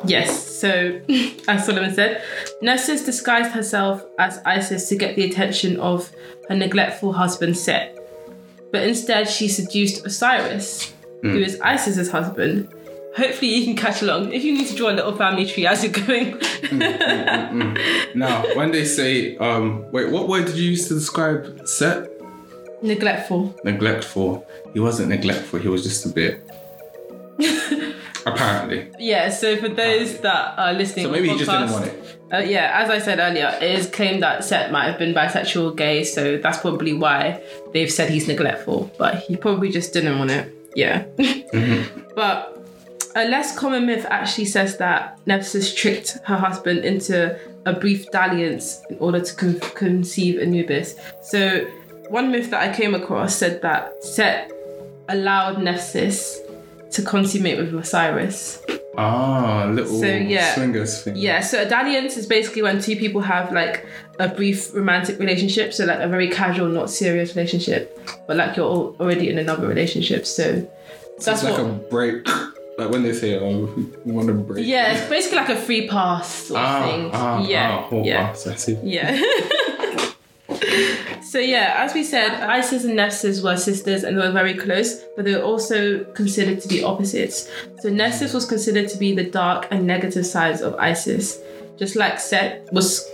[SPEAKER 1] Yes, so as Solomon said, Nephthys disguised herself as Isis to get the attention of her neglectful husband Set. But instead, she seduced Osiris, who
[SPEAKER 2] Hmm.
[SPEAKER 1] is Isis's husband. Hopefully, you can catch along. If you need to draw a little family tree as you're going,
[SPEAKER 2] Now, when they say, um, wait, what word did you use to describe Set?
[SPEAKER 1] neglectful.
[SPEAKER 2] Neglectful. He wasn't neglectful, he was just a bit. Apparently.
[SPEAKER 1] Yeah, so for those that are listening,
[SPEAKER 2] So maybe
[SPEAKER 1] on
[SPEAKER 2] he just didn't
[SPEAKER 1] podcast,
[SPEAKER 2] want it.
[SPEAKER 1] Uh, yeah, as I said earlier, it is claimed that Set might have been bisexual or gay, so that's probably why they've said he's neglectful, but he probably just didn't want it. Yeah. but a less common myth actually says that Nephthys tricked her husband into a brief dalliance in order to con- conceive Anubis. So, one myth that I came across said that Set allowed Nephthys to consummate with Osiris.
[SPEAKER 2] Ah, little
[SPEAKER 1] So, yeah.
[SPEAKER 2] swingers thing.
[SPEAKER 1] Yeah, so a dalliance is basically when two people have like a brief romantic relationship, so like a very casual, not serious relationship, but like you're al- already in another relationship. So that's
[SPEAKER 2] It's like
[SPEAKER 1] what.
[SPEAKER 2] a break. Like when they say, oh, we want a break.
[SPEAKER 1] yeah, it's basically like a free pass sort of thing.
[SPEAKER 2] Ah, ah,
[SPEAKER 1] yeah,
[SPEAKER 2] ah, oh,
[SPEAKER 1] yeah.
[SPEAKER 2] ah, so I see.
[SPEAKER 1] Yeah. so yeah, as we said, Isis and Nephthys were sisters and they were very close, but they were also considered to be opposites. So Nephthys was considered to be the dark and negative sides of Isis, just like Set was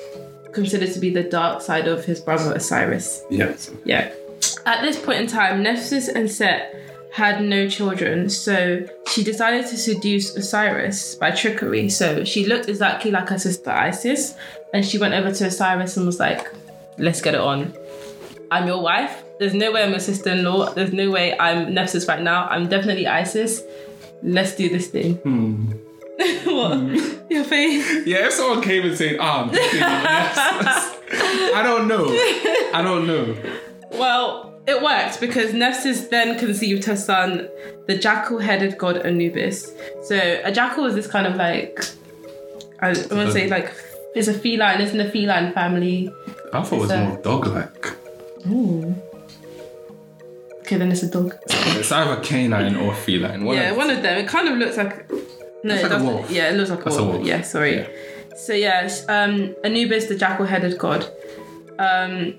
[SPEAKER 1] considered to be the dark side of his brother Osiris.
[SPEAKER 2] Yeah.
[SPEAKER 1] Yeah. At this point in time, Nephthys and Set had no children, so she decided to seduce Osiris by trickery. So she looked exactly like her sister Isis, and she went over to Osiris and was like, Let's get it on. I'm your wife. There's no way I'm your sister in law. There's no way I'm Nephthys right now. I'm definitely Isis. Let's do this thing. what? Your face?
[SPEAKER 2] Yeah, if someone came and said, ah, I'm just kidding," I don't know. I don't know.
[SPEAKER 1] Well, it worked because Nephthys then conceived her son, the jackal-headed god Anubis. So a jackal is this kind of like I want to say like it's a feline. It's in the feline family.
[SPEAKER 2] I thought it was
[SPEAKER 1] It's a-
[SPEAKER 2] more dog like.
[SPEAKER 1] Okay, then it's a dog.
[SPEAKER 2] It's either canine or feline. One
[SPEAKER 1] yeah,
[SPEAKER 2] of-
[SPEAKER 1] one of them. It kind of looks like no,
[SPEAKER 2] It's
[SPEAKER 1] it
[SPEAKER 2] like a
[SPEAKER 1] doesn't.
[SPEAKER 2] wolf.
[SPEAKER 1] Yeah, it looks like a
[SPEAKER 2] That's a
[SPEAKER 1] wolf.
[SPEAKER 2] wolf.
[SPEAKER 1] Yeah, sorry.
[SPEAKER 2] Yeah.
[SPEAKER 1] So yeah, sh- um, Anubis, the jackal-headed god. Um,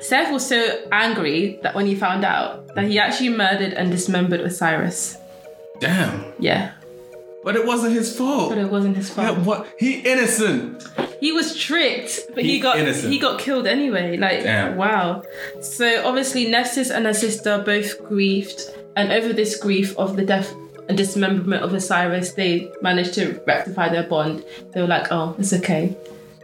[SPEAKER 1] Seth was so angry that when he found out that he actually murdered and dismembered Osiris.
[SPEAKER 2] Damn.
[SPEAKER 1] Yeah,
[SPEAKER 2] But it wasn't his
[SPEAKER 1] but
[SPEAKER 2] fault.
[SPEAKER 1] it wasn't his fault.
[SPEAKER 2] Yeah, what? He innocent.
[SPEAKER 1] He was tricked, but he,
[SPEAKER 2] He's
[SPEAKER 1] got
[SPEAKER 2] innocent.
[SPEAKER 1] he got killed anyway. Like
[SPEAKER 2] Damn.
[SPEAKER 1] wow. So obviously Nephthys and her sister both grieved, and over this grief of the death and dismemberment of Osiris, they managed to rectify their bond. They were like, oh, it's okay.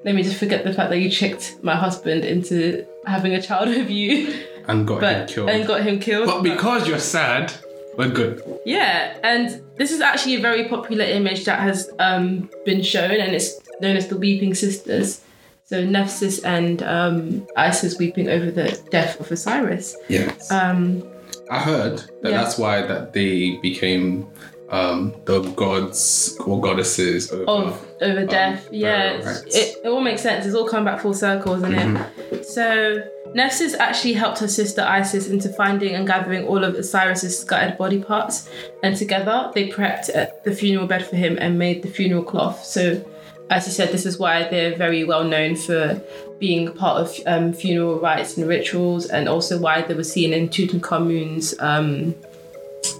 [SPEAKER 1] Let me just forget the fact that you tricked my husband into having a child with you,
[SPEAKER 2] And got him
[SPEAKER 1] but
[SPEAKER 2] killed.
[SPEAKER 1] and got him killed.
[SPEAKER 2] but because you're sad, we're good.
[SPEAKER 1] Yeah, and this is actually a very popular image that has um, been shown, and it's known as the Weeping Sisters. So Nephthys and um, Isis weeping over the death of Osiris.
[SPEAKER 2] Yes.
[SPEAKER 1] Um,
[SPEAKER 2] I heard that
[SPEAKER 1] Yeah.
[SPEAKER 2] that's why that they became um, the gods or goddesses over.
[SPEAKER 1] of over death, yeah,
[SPEAKER 2] burial rites.
[SPEAKER 1] it, it all makes sense. It's all come back full circle, isn't
[SPEAKER 2] Mm-hmm.
[SPEAKER 1] it? So Nephthys actually helped her sister Isis into finding and gathering all of Osiris's scattered body parts, and together they prepped uh, the funeral bed for him and made the funeral cloth. So as you said, this is why they're very well known for being part of um, funeral rites and rituals, and also why they were seen in Tutankhamun's um,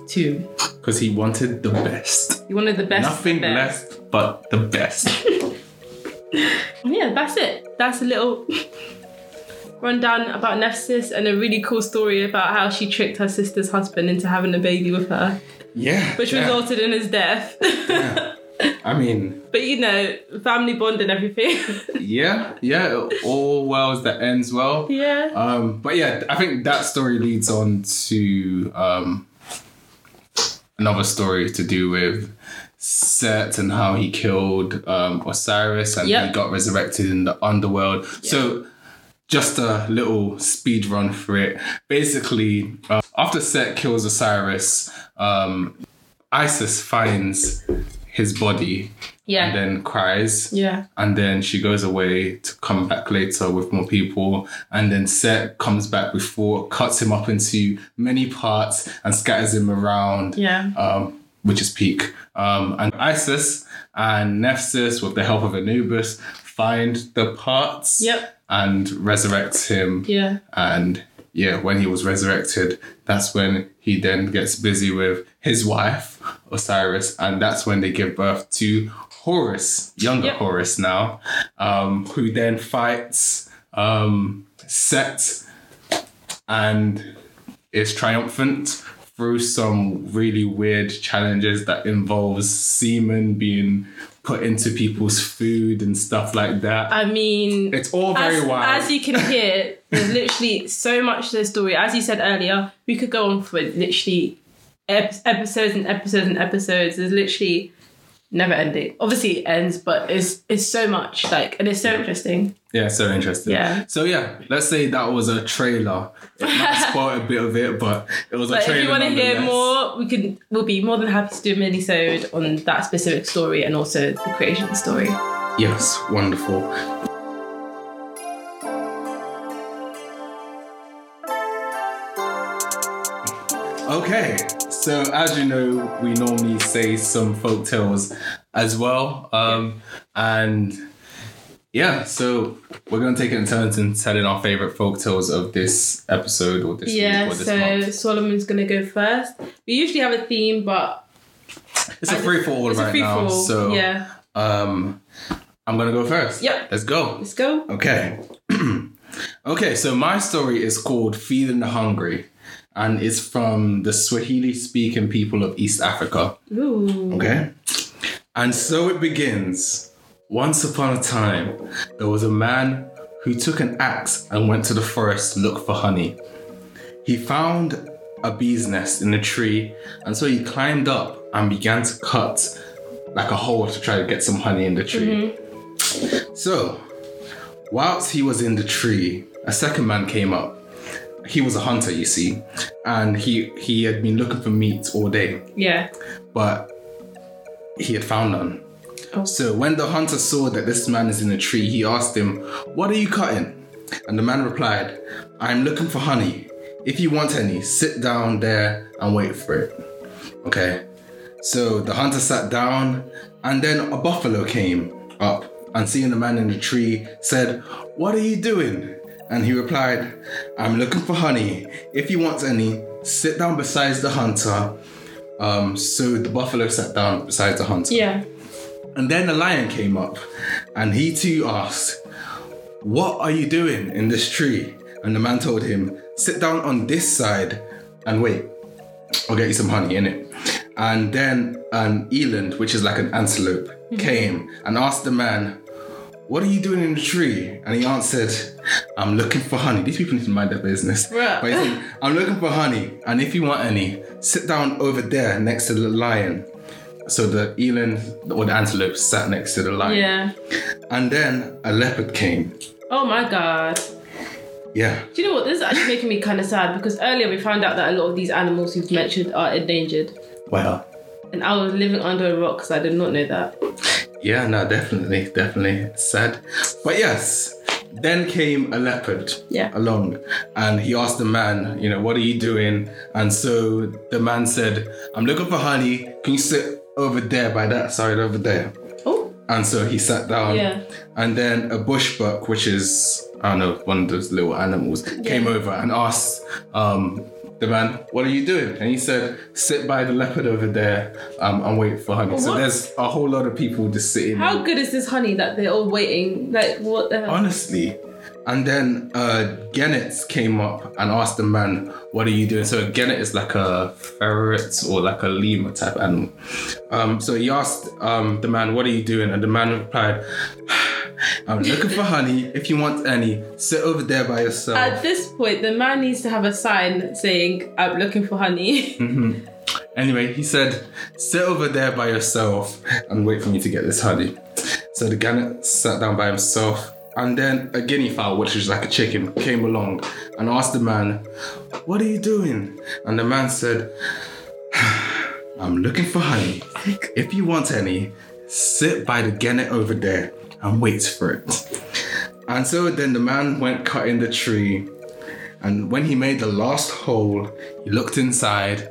[SPEAKER 1] tomb.
[SPEAKER 2] Because he wanted the best.
[SPEAKER 1] He wanted the best.
[SPEAKER 2] Nothing
[SPEAKER 1] there.
[SPEAKER 2] less but the best.
[SPEAKER 1] yeah, that's it. That's a little rundown about Nephthys and a really cool story about how she tricked her sister's husband into having a baby with her,
[SPEAKER 2] yeah.
[SPEAKER 1] which
[SPEAKER 2] yeah.
[SPEAKER 1] resulted in his death.
[SPEAKER 2] I mean,
[SPEAKER 1] but you know, family bond and everything.
[SPEAKER 2] yeah, yeah. All wells that ends well.
[SPEAKER 1] yeah.
[SPEAKER 2] Um, but yeah, I think that story leads on to um, another story to do with Set and how he killed um, Osiris and he
[SPEAKER 1] Yep.
[SPEAKER 2] got resurrected in the underworld. So just a little speed run for it. Basically, uh, after Set kills Osiris, um, Isis finds his body
[SPEAKER 1] yeah.
[SPEAKER 2] and then cries
[SPEAKER 1] yeah.
[SPEAKER 2] and then she goes away to come back later with more people and then set comes back before cuts him up into many parts and scatters him around
[SPEAKER 1] Yeah.
[SPEAKER 2] um, which is peak um, and isis and nephthys with the help of anubis find the parts
[SPEAKER 1] Yep.
[SPEAKER 2] and resurrect him
[SPEAKER 1] Yeah.
[SPEAKER 2] and yeah, when he was resurrected, that's when he then gets busy with his wife, Osiris, and that's when they give birth to Horus, younger
[SPEAKER 1] Yep.
[SPEAKER 2] Horus now, um, who then fights um, Set and is triumphant through some really weird challenges that involves semen being put into people's food and stuff like that.
[SPEAKER 1] I mean,
[SPEAKER 2] it's all very
[SPEAKER 1] as,
[SPEAKER 2] wild.
[SPEAKER 1] as you can hear, there's literally so much to the story. As you said earlier, we could go on for literally ep- episodes and episodes and episodes. There's literally never ending. Obviously, it ends, but it's it's so much like, and it's so interesting.
[SPEAKER 2] Yeah, so interesting.
[SPEAKER 1] Yeah.
[SPEAKER 2] So yeah, let's say that was a trailer. It might spoil a bit of it, but it was a
[SPEAKER 1] But
[SPEAKER 2] trailer.
[SPEAKER 1] if you want to hear
[SPEAKER 2] nonetheless.
[SPEAKER 1] more, we can we'll be more than happy to do a mini-sode on that specific story and also the creation story.
[SPEAKER 2] yes, wonderful. Okay, so as you know, we normally say some folk tales as well, um, and yeah, so we're gonna take it in turns and telling our favorite folk tales of this episode or this
[SPEAKER 1] Yeah,
[SPEAKER 2] week or this
[SPEAKER 1] so
[SPEAKER 2] month.
[SPEAKER 1] Solomon's gonna go first. We usually have a theme, but
[SPEAKER 2] It's a
[SPEAKER 1] I
[SPEAKER 2] free
[SPEAKER 1] just-
[SPEAKER 2] for all
[SPEAKER 1] it's a
[SPEAKER 2] right
[SPEAKER 1] free
[SPEAKER 2] now.
[SPEAKER 1] for all,
[SPEAKER 2] So
[SPEAKER 1] yeah,
[SPEAKER 2] um I'm gonna go first.
[SPEAKER 1] Yep.
[SPEAKER 2] Let's go.
[SPEAKER 1] let's go.
[SPEAKER 2] Okay. okay, so my story is called Feeding the Hungry. And it's from the Swahili speaking people of East Africa.
[SPEAKER 1] Ooh.
[SPEAKER 2] Okay. And so it begins. Once upon a time, there was a man who took an axe and went to the forest to look for honey. He found a bee's nest in a tree, and so he climbed up and began to cut like a hole to try to get some honey in the tree. So, whilst he was in the tree, a second man came up. he was a hunter, you see, and he he had been looking for meat all day,
[SPEAKER 1] Yeah.
[SPEAKER 2] but he had found none.
[SPEAKER 1] Oh.
[SPEAKER 2] So when the hunter saw that this man is in a tree, he asked him, "What are you cutting?" And the man replied, "I'm looking for honey. If you want any, sit down there and wait for it." Okay. So the hunter sat down, and then a buffalo came up and seeing the man in the tree said, What are you doing? And he replied, I'm looking for honey. If you want any, sit down beside the hunter. Um, so the buffalo sat down beside the hunter.
[SPEAKER 1] Yeah.
[SPEAKER 2] And then the lion came up and he too asked, What are you doing in this tree? And the man told him, Sit down on this side and wait. I'll get you some honey in it. And then an eland, which is like an antelope, came and asked the man, What are you doing in the tree? And he answered, I'm looking for honey. These people need to mind their business.
[SPEAKER 1] Bruh.
[SPEAKER 2] But he said, I'm looking for honey. And if you want any, sit down over there next to the lion. So the eland or the antelope sat next to the lion.
[SPEAKER 1] Yeah.
[SPEAKER 2] And then a leopard came.
[SPEAKER 1] Oh my god.
[SPEAKER 2] Yeah.
[SPEAKER 1] Do you know what? This is actually making me kind of sad because earlier we found out that a lot of these animals you've mentioned are endangered.
[SPEAKER 2] Wow.
[SPEAKER 1] And I was living under a rock because I did not know that.
[SPEAKER 2] Yeah, no, definitely, definitely sad. But yes, then came a leopard
[SPEAKER 1] Yeah.
[SPEAKER 2] along and he asked the man, you know, what are you doing? And so the man said, I'm looking for honey. Can you sit over there by that side over there?
[SPEAKER 1] Oh.
[SPEAKER 2] And so he sat down.
[SPEAKER 1] Yeah.
[SPEAKER 2] And then a bushbuck, which is I don't know, one of those little animals, came over and asked um, the man, "What are you doing?" And he said, "Sit by the leopard over there um, and wait for honey." So
[SPEAKER 1] What?
[SPEAKER 2] there's a whole lot of people just sitting.
[SPEAKER 1] How good is this honey that they're all waiting? Like, what the hell?
[SPEAKER 2] Honestly. And then uh, Gennet came up and asked the man, What are you doing? So, a Gennet is like a ferret or like a lemur type animal. Um, so, he asked um, the man, What are you doing? And the man replied, I'm looking for honey. If you want any, sit over there by yourself.
[SPEAKER 1] At this point, the man needs to have a sign saying, I'm looking for honey.
[SPEAKER 2] Hmm. Anyway, he said, sit over there by yourself and wait for me to get this honey. So the gannet sat down by himself, and then a guinea fowl, which was like a chicken, came along and asked the man, What are you doing? And the man said, I'm looking for honey. If you want any, sit by the gannet over there and wait for it. And so then the man went cutting the tree, and when he made the last hole, he looked inside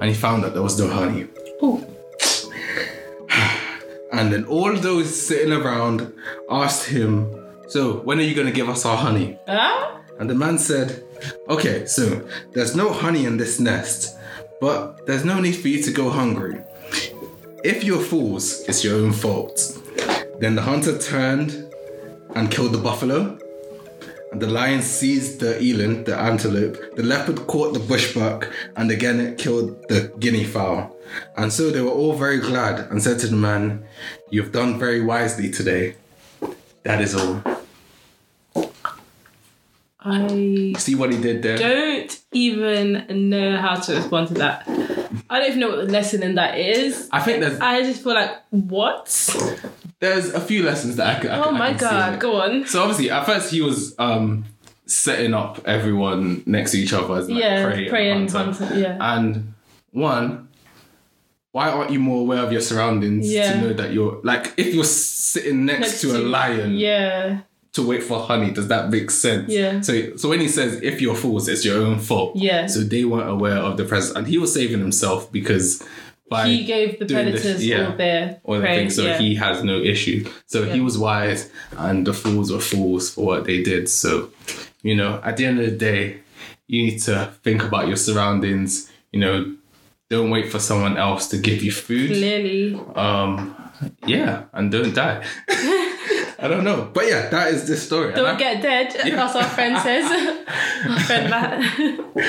[SPEAKER 2] and he found that there was no honey.
[SPEAKER 1] oh.
[SPEAKER 2] And then all those sitting around asked him, So, when are you going to give us our honey?
[SPEAKER 1] Huh?
[SPEAKER 2] And the man said, Okay, so there's no honey in this nest, but there's no need for you to go hungry. If you're fools, it's your own fault. Then the hunter turned and killed the buffalo. And the lion seized the eland, the antelope. The leopard caught the bushbuck, and again it killed the guinea fowl. And so they were all very glad and said to the man, You've done very wisely today. That is all.
[SPEAKER 1] I
[SPEAKER 2] See what he did there?
[SPEAKER 1] don't even know how to respond to that. I don't even know what the lesson in that is.
[SPEAKER 2] I think there's
[SPEAKER 1] I just feel like, what?
[SPEAKER 2] there's a few lessons that I could. I
[SPEAKER 1] Oh
[SPEAKER 2] could- I
[SPEAKER 1] my
[SPEAKER 2] could see
[SPEAKER 1] god,
[SPEAKER 2] there.
[SPEAKER 1] go on.
[SPEAKER 2] So obviously, at first he was um setting up everyone next to each other as like
[SPEAKER 1] yeah,
[SPEAKER 2] prey,
[SPEAKER 1] pray
[SPEAKER 2] and
[SPEAKER 1] and
[SPEAKER 2] hunter. Um,
[SPEAKER 1] content. Yeah.
[SPEAKER 2] And one, why aren't you more aware of your surroundings
[SPEAKER 1] Yeah.
[SPEAKER 2] to know that you're like if you're sitting next,
[SPEAKER 1] Next
[SPEAKER 2] to, a
[SPEAKER 1] to-
[SPEAKER 2] lion
[SPEAKER 1] yeah,
[SPEAKER 2] to wait for honey? Does that make sense?
[SPEAKER 1] Yeah.
[SPEAKER 2] So so when he says if you're fools, it's your own fault.
[SPEAKER 1] Yeah.
[SPEAKER 2] So they weren't aware of the presence, and he was saving himself because by
[SPEAKER 1] he gave the
[SPEAKER 2] doing this,
[SPEAKER 1] predators
[SPEAKER 2] yeah.
[SPEAKER 1] all their
[SPEAKER 2] or
[SPEAKER 1] prey.
[SPEAKER 2] anything, so
[SPEAKER 1] yeah.
[SPEAKER 2] he has no issue. So he
[SPEAKER 1] Yeah.
[SPEAKER 2] was wise, and the fools were fools for what they did. So, you know, at the end of the day, you need to think about your surroundings. You know, don't wait for someone else to give you food.
[SPEAKER 1] clearly.
[SPEAKER 2] Um, yeah, and don't die. I don't know, but yeah, that is this story. And I-
[SPEAKER 1] Don't get dead. That's our friend says. our friend Matt.
[SPEAKER 2] Um,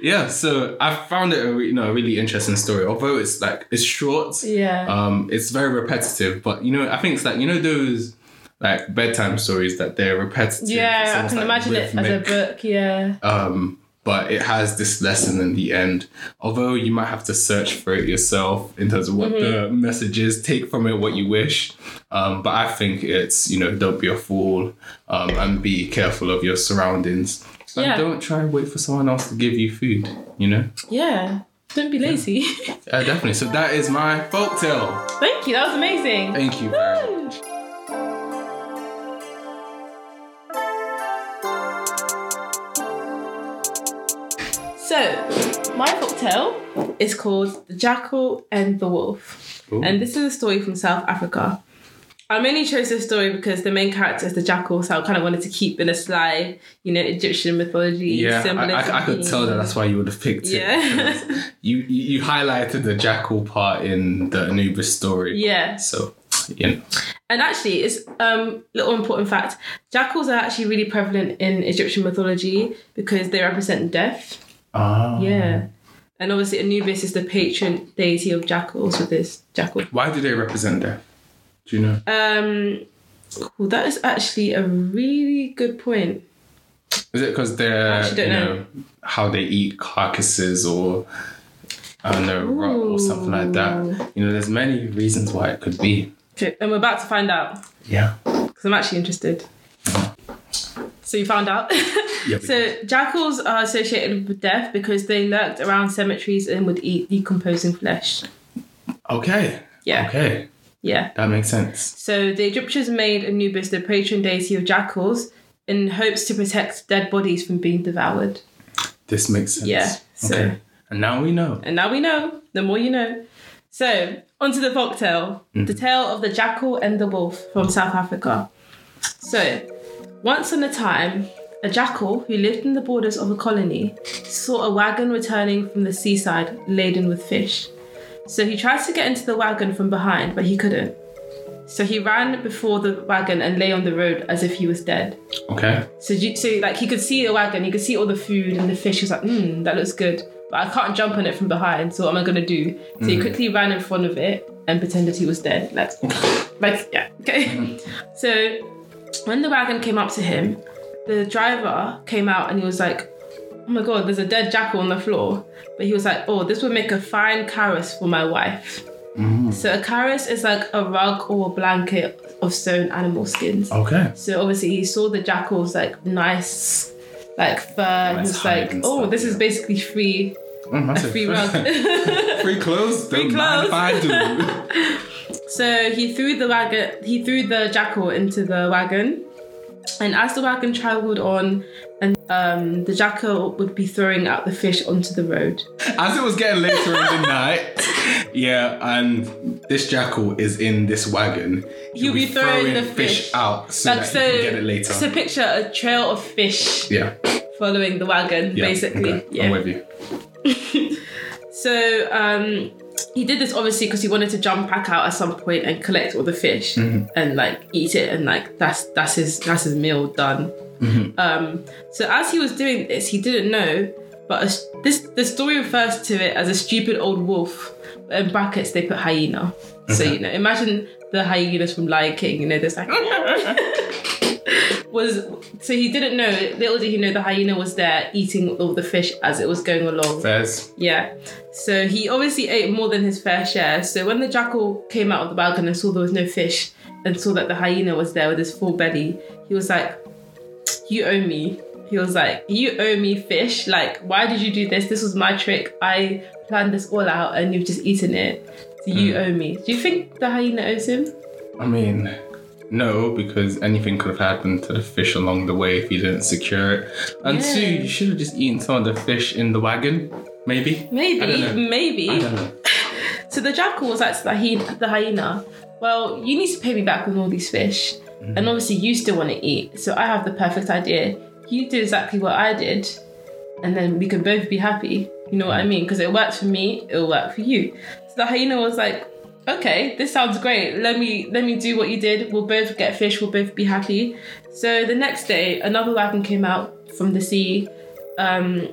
[SPEAKER 2] yeah, so I found it a re- you know a really interesting story, although it's like it's short.
[SPEAKER 1] yeah.
[SPEAKER 2] Um, it's very repetitive, but you know, I think it's like you know those like bedtime stories that they're repetitive. It's
[SPEAKER 1] yeah, I
[SPEAKER 2] almost
[SPEAKER 1] can
[SPEAKER 2] like
[SPEAKER 1] imagine it as a
[SPEAKER 2] rhythmic,
[SPEAKER 1] book. Yeah.
[SPEAKER 2] Um, but it has this lesson in the end. Although you might have to search for it yourself in terms of what
[SPEAKER 1] Mm-hmm.
[SPEAKER 2] the message is, take from it what you wish. Um, but I think it's you know don't be a fool um, and be careful of your surroundings. And
[SPEAKER 1] Yeah.
[SPEAKER 2] don't try and wait for someone else to give you food, you know?
[SPEAKER 1] Yeah. Don't be lazy.
[SPEAKER 2] Uh, definitely. So that is my folk tale.
[SPEAKER 1] Thank you. That was amazing.
[SPEAKER 2] Thank you very much.
[SPEAKER 1] So, my folktale is called The Jackal and the Wolf.
[SPEAKER 2] Ooh.
[SPEAKER 1] And this is a story from South Africa. Um, I mainly chose this story because the main character is the jackal, so I kind of wanted to keep in a sly, you know, Egyptian mythology.
[SPEAKER 2] Yeah, I,
[SPEAKER 1] symbolism.
[SPEAKER 2] I, I could tell that that's why you would have picked
[SPEAKER 1] Yeah.
[SPEAKER 2] it. because you, you you highlighted the jackal part in the Anubis story.
[SPEAKER 1] Yeah.
[SPEAKER 2] So, you know,
[SPEAKER 1] And actually, it's um little important fact. Jackals are actually really prevalent in Egyptian mythology because they represent death.
[SPEAKER 2] ah,
[SPEAKER 1] Yeah. And obviously Anubis is the patron deity of jackals with this jackal.
[SPEAKER 2] Why do they represent death? Do you know?
[SPEAKER 1] Um cool, that is actually a really good point.
[SPEAKER 2] Is it because they're
[SPEAKER 1] actually don't
[SPEAKER 2] you know, how they eat carcasses or I don't know rot or something like that? You know, there's many reasons why it could be.
[SPEAKER 1] Okay, and we're about to find out
[SPEAKER 2] Yeah.
[SPEAKER 1] because I'm actually interested. So you found out.
[SPEAKER 2] Yeah, we
[SPEAKER 1] so jackals are associated with death because they lurked around cemeteries and would eat decomposing flesh.
[SPEAKER 2] Okay.
[SPEAKER 1] Yeah.
[SPEAKER 2] Okay,
[SPEAKER 1] Yeah.
[SPEAKER 2] that makes sense.
[SPEAKER 1] So the Egyptians made Anubis the patron deity of jackals in hopes to protect dead bodies from being devoured.
[SPEAKER 2] This makes sense.
[SPEAKER 1] Yeah, so-
[SPEAKER 2] Okay. And now we know.
[SPEAKER 1] And now we know, the more you know. So, onto the folktale the tale of the jackal and the wolf from South Africa. So, once on a time, a jackal who lived in the borders of a colony saw a wagon returning from the seaside laden with fish. So he tried to get into the wagon from behind, but he couldn't. So he ran before the wagon and lay on the road as if he was dead.
[SPEAKER 2] Okay.
[SPEAKER 1] So, you, so like he could see the wagon, he could see all the food and the fish. He was like, hmm, that looks good, but I can't jump on it from behind. So what am I gonna do? So he quickly ran in front of it and pretended he was dead. Like, like yeah, okay. So when the wagon came up to him, the driver came out and he was like, oh my god, there's a dead jackal on the floor. But he was like, oh, this would make a fine karis for my wife. So a karis is like a rug or a blanket of sewn animal skins.
[SPEAKER 2] Okay.
[SPEAKER 1] So obviously he saw the jackal's like nice like fur. and he
[SPEAKER 2] Nice
[SPEAKER 1] was
[SPEAKER 2] hide
[SPEAKER 1] like,
[SPEAKER 2] and
[SPEAKER 1] oh,
[SPEAKER 2] stuff,
[SPEAKER 1] this is
[SPEAKER 2] yeah.
[SPEAKER 1] basically free,
[SPEAKER 2] Mm, that's
[SPEAKER 1] a
[SPEAKER 2] it.
[SPEAKER 1] free rug.
[SPEAKER 2] Free clothes? Free Don't mind if I do.
[SPEAKER 1] So he threw the wagon, he threw the jackal into the wagon, and as the wagon traveled on, and um, the jackal would be throwing out the fish onto the road.
[SPEAKER 2] As it was getting later in the night, yeah, and this jackal is in this wagon.
[SPEAKER 1] He'll be throwing the fish.
[SPEAKER 2] out so that he can get it later.
[SPEAKER 1] so picture a trail of fish
[SPEAKER 2] yeah,
[SPEAKER 1] following the wagon,
[SPEAKER 2] yeah,
[SPEAKER 1] basically.
[SPEAKER 2] okay,
[SPEAKER 1] Yeah.
[SPEAKER 2] I'm with you.
[SPEAKER 1] So um, he did this obviously because he wanted to jump back out at some point and collect all the fish and like eat it and like that's that's his that's his meal done. Um, so as he was doing this, he didn't know, but a, this the story refers to it as a stupid old wolf. In brackets, they put hyena. So you know, imagine the hyenas from Lion King. You know, there's like was so he didn't know. Little did he know the hyena was there eating all the fish as it was going along.
[SPEAKER 2] There's
[SPEAKER 1] Yeah. So he obviously ate more than his fair share. So when the jackal came out of the balcony and saw there was no fish and saw that the hyena was there with his full belly, he was like, You owe me. He was like, You owe me fish. Like, why did you do this? This was my trick. I planned this all out and you've just eaten it. So
[SPEAKER 2] Hmm.
[SPEAKER 1] you owe me. Do you think the hyena owes him?
[SPEAKER 2] I mean, no, because anything could have happened to the fish along the way if you didn't secure it. And two,
[SPEAKER 1] Yeah.
[SPEAKER 2] you should have just eaten some of the fish in the wagon, maybe. I don't know.
[SPEAKER 1] Maybe, maybe.
[SPEAKER 2] I don't know.
[SPEAKER 1] So the jackal was like to the, hy- the hyena, Well, you need to pay me back with all these fish. And obviously, you still want to eat. So I have the perfect idea. You do exactly what I did, and then we can both be happy. You know what I mean? Because it worked for me, it'll work for you. So the hyena was like, Okay, this sounds great. Let me let me do what you did. We'll both get fish. We'll both be happy. So the next day, another wagon came out from the sea. Um,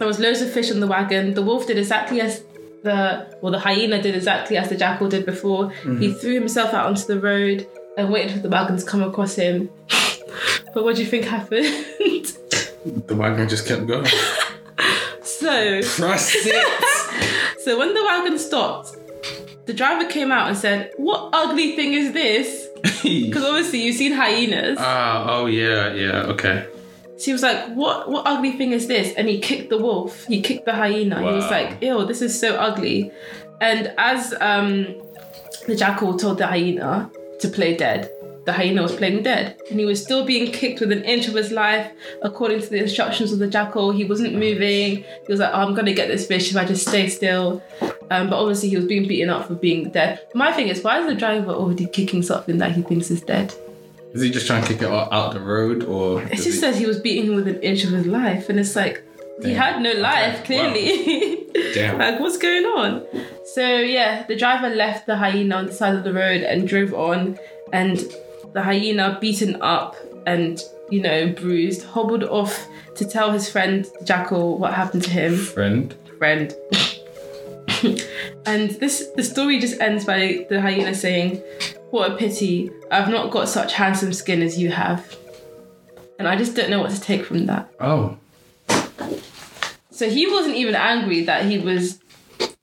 [SPEAKER 1] there was loads of fish on the wagon. The wolf did exactly as the well, the hyena did exactly as the jackal did before. He threw himself out onto the road and waited for the wagon to come across him. but what do you think happened?
[SPEAKER 2] The wagon just kept going.
[SPEAKER 1] so,
[SPEAKER 2] Trust it.
[SPEAKER 1] so when the wagon stopped, the driver came out and said, "What ugly thing is this?" Because obviously you've seen hyenas.
[SPEAKER 2] Ah, oh yeah, yeah, okay.
[SPEAKER 1] she was like, "What? What ugly thing is this?" And he kicked the wolf. He kicked the hyena. He was
[SPEAKER 2] Wow.
[SPEAKER 1] like, "Ew, this is so ugly." And as um, the jackal told the hyena to play dead, the hyena was playing dead, and he was still being kicked within an inch of his life, according to the instructions of the jackal. He wasn't moving. He was like, oh, "I'm gonna get this fish if I just stay still." Um, but obviously, he was being beaten up for being dead. My thing is, why is the driver already kicking something that he thinks is dead?
[SPEAKER 2] Is he just trying to kick it out out the road or?
[SPEAKER 1] It
[SPEAKER 2] does
[SPEAKER 1] just
[SPEAKER 2] he-
[SPEAKER 1] says he was beating him with an inch of his life, and it's like he
[SPEAKER 2] Damn.
[SPEAKER 1] had no life,
[SPEAKER 2] Okay, wow.
[SPEAKER 1] clearly.
[SPEAKER 2] Damn.
[SPEAKER 1] like, what's going on? So, yeah, the driver left the hyena on the side of the road and drove on, and the hyena, beaten up and you know, bruised, hobbled off to tell his friend Jackal what happened to him
[SPEAKER 2] friend.
[SPEAKER 1] friend. and this the story just ends by the hyena saying, What a pity, I've not got such handsome skin as you have. And I just don't know what to take from that.
[SPEAKER 2] Oh,
[SPEAKER 1] So he wasn't even angry that he was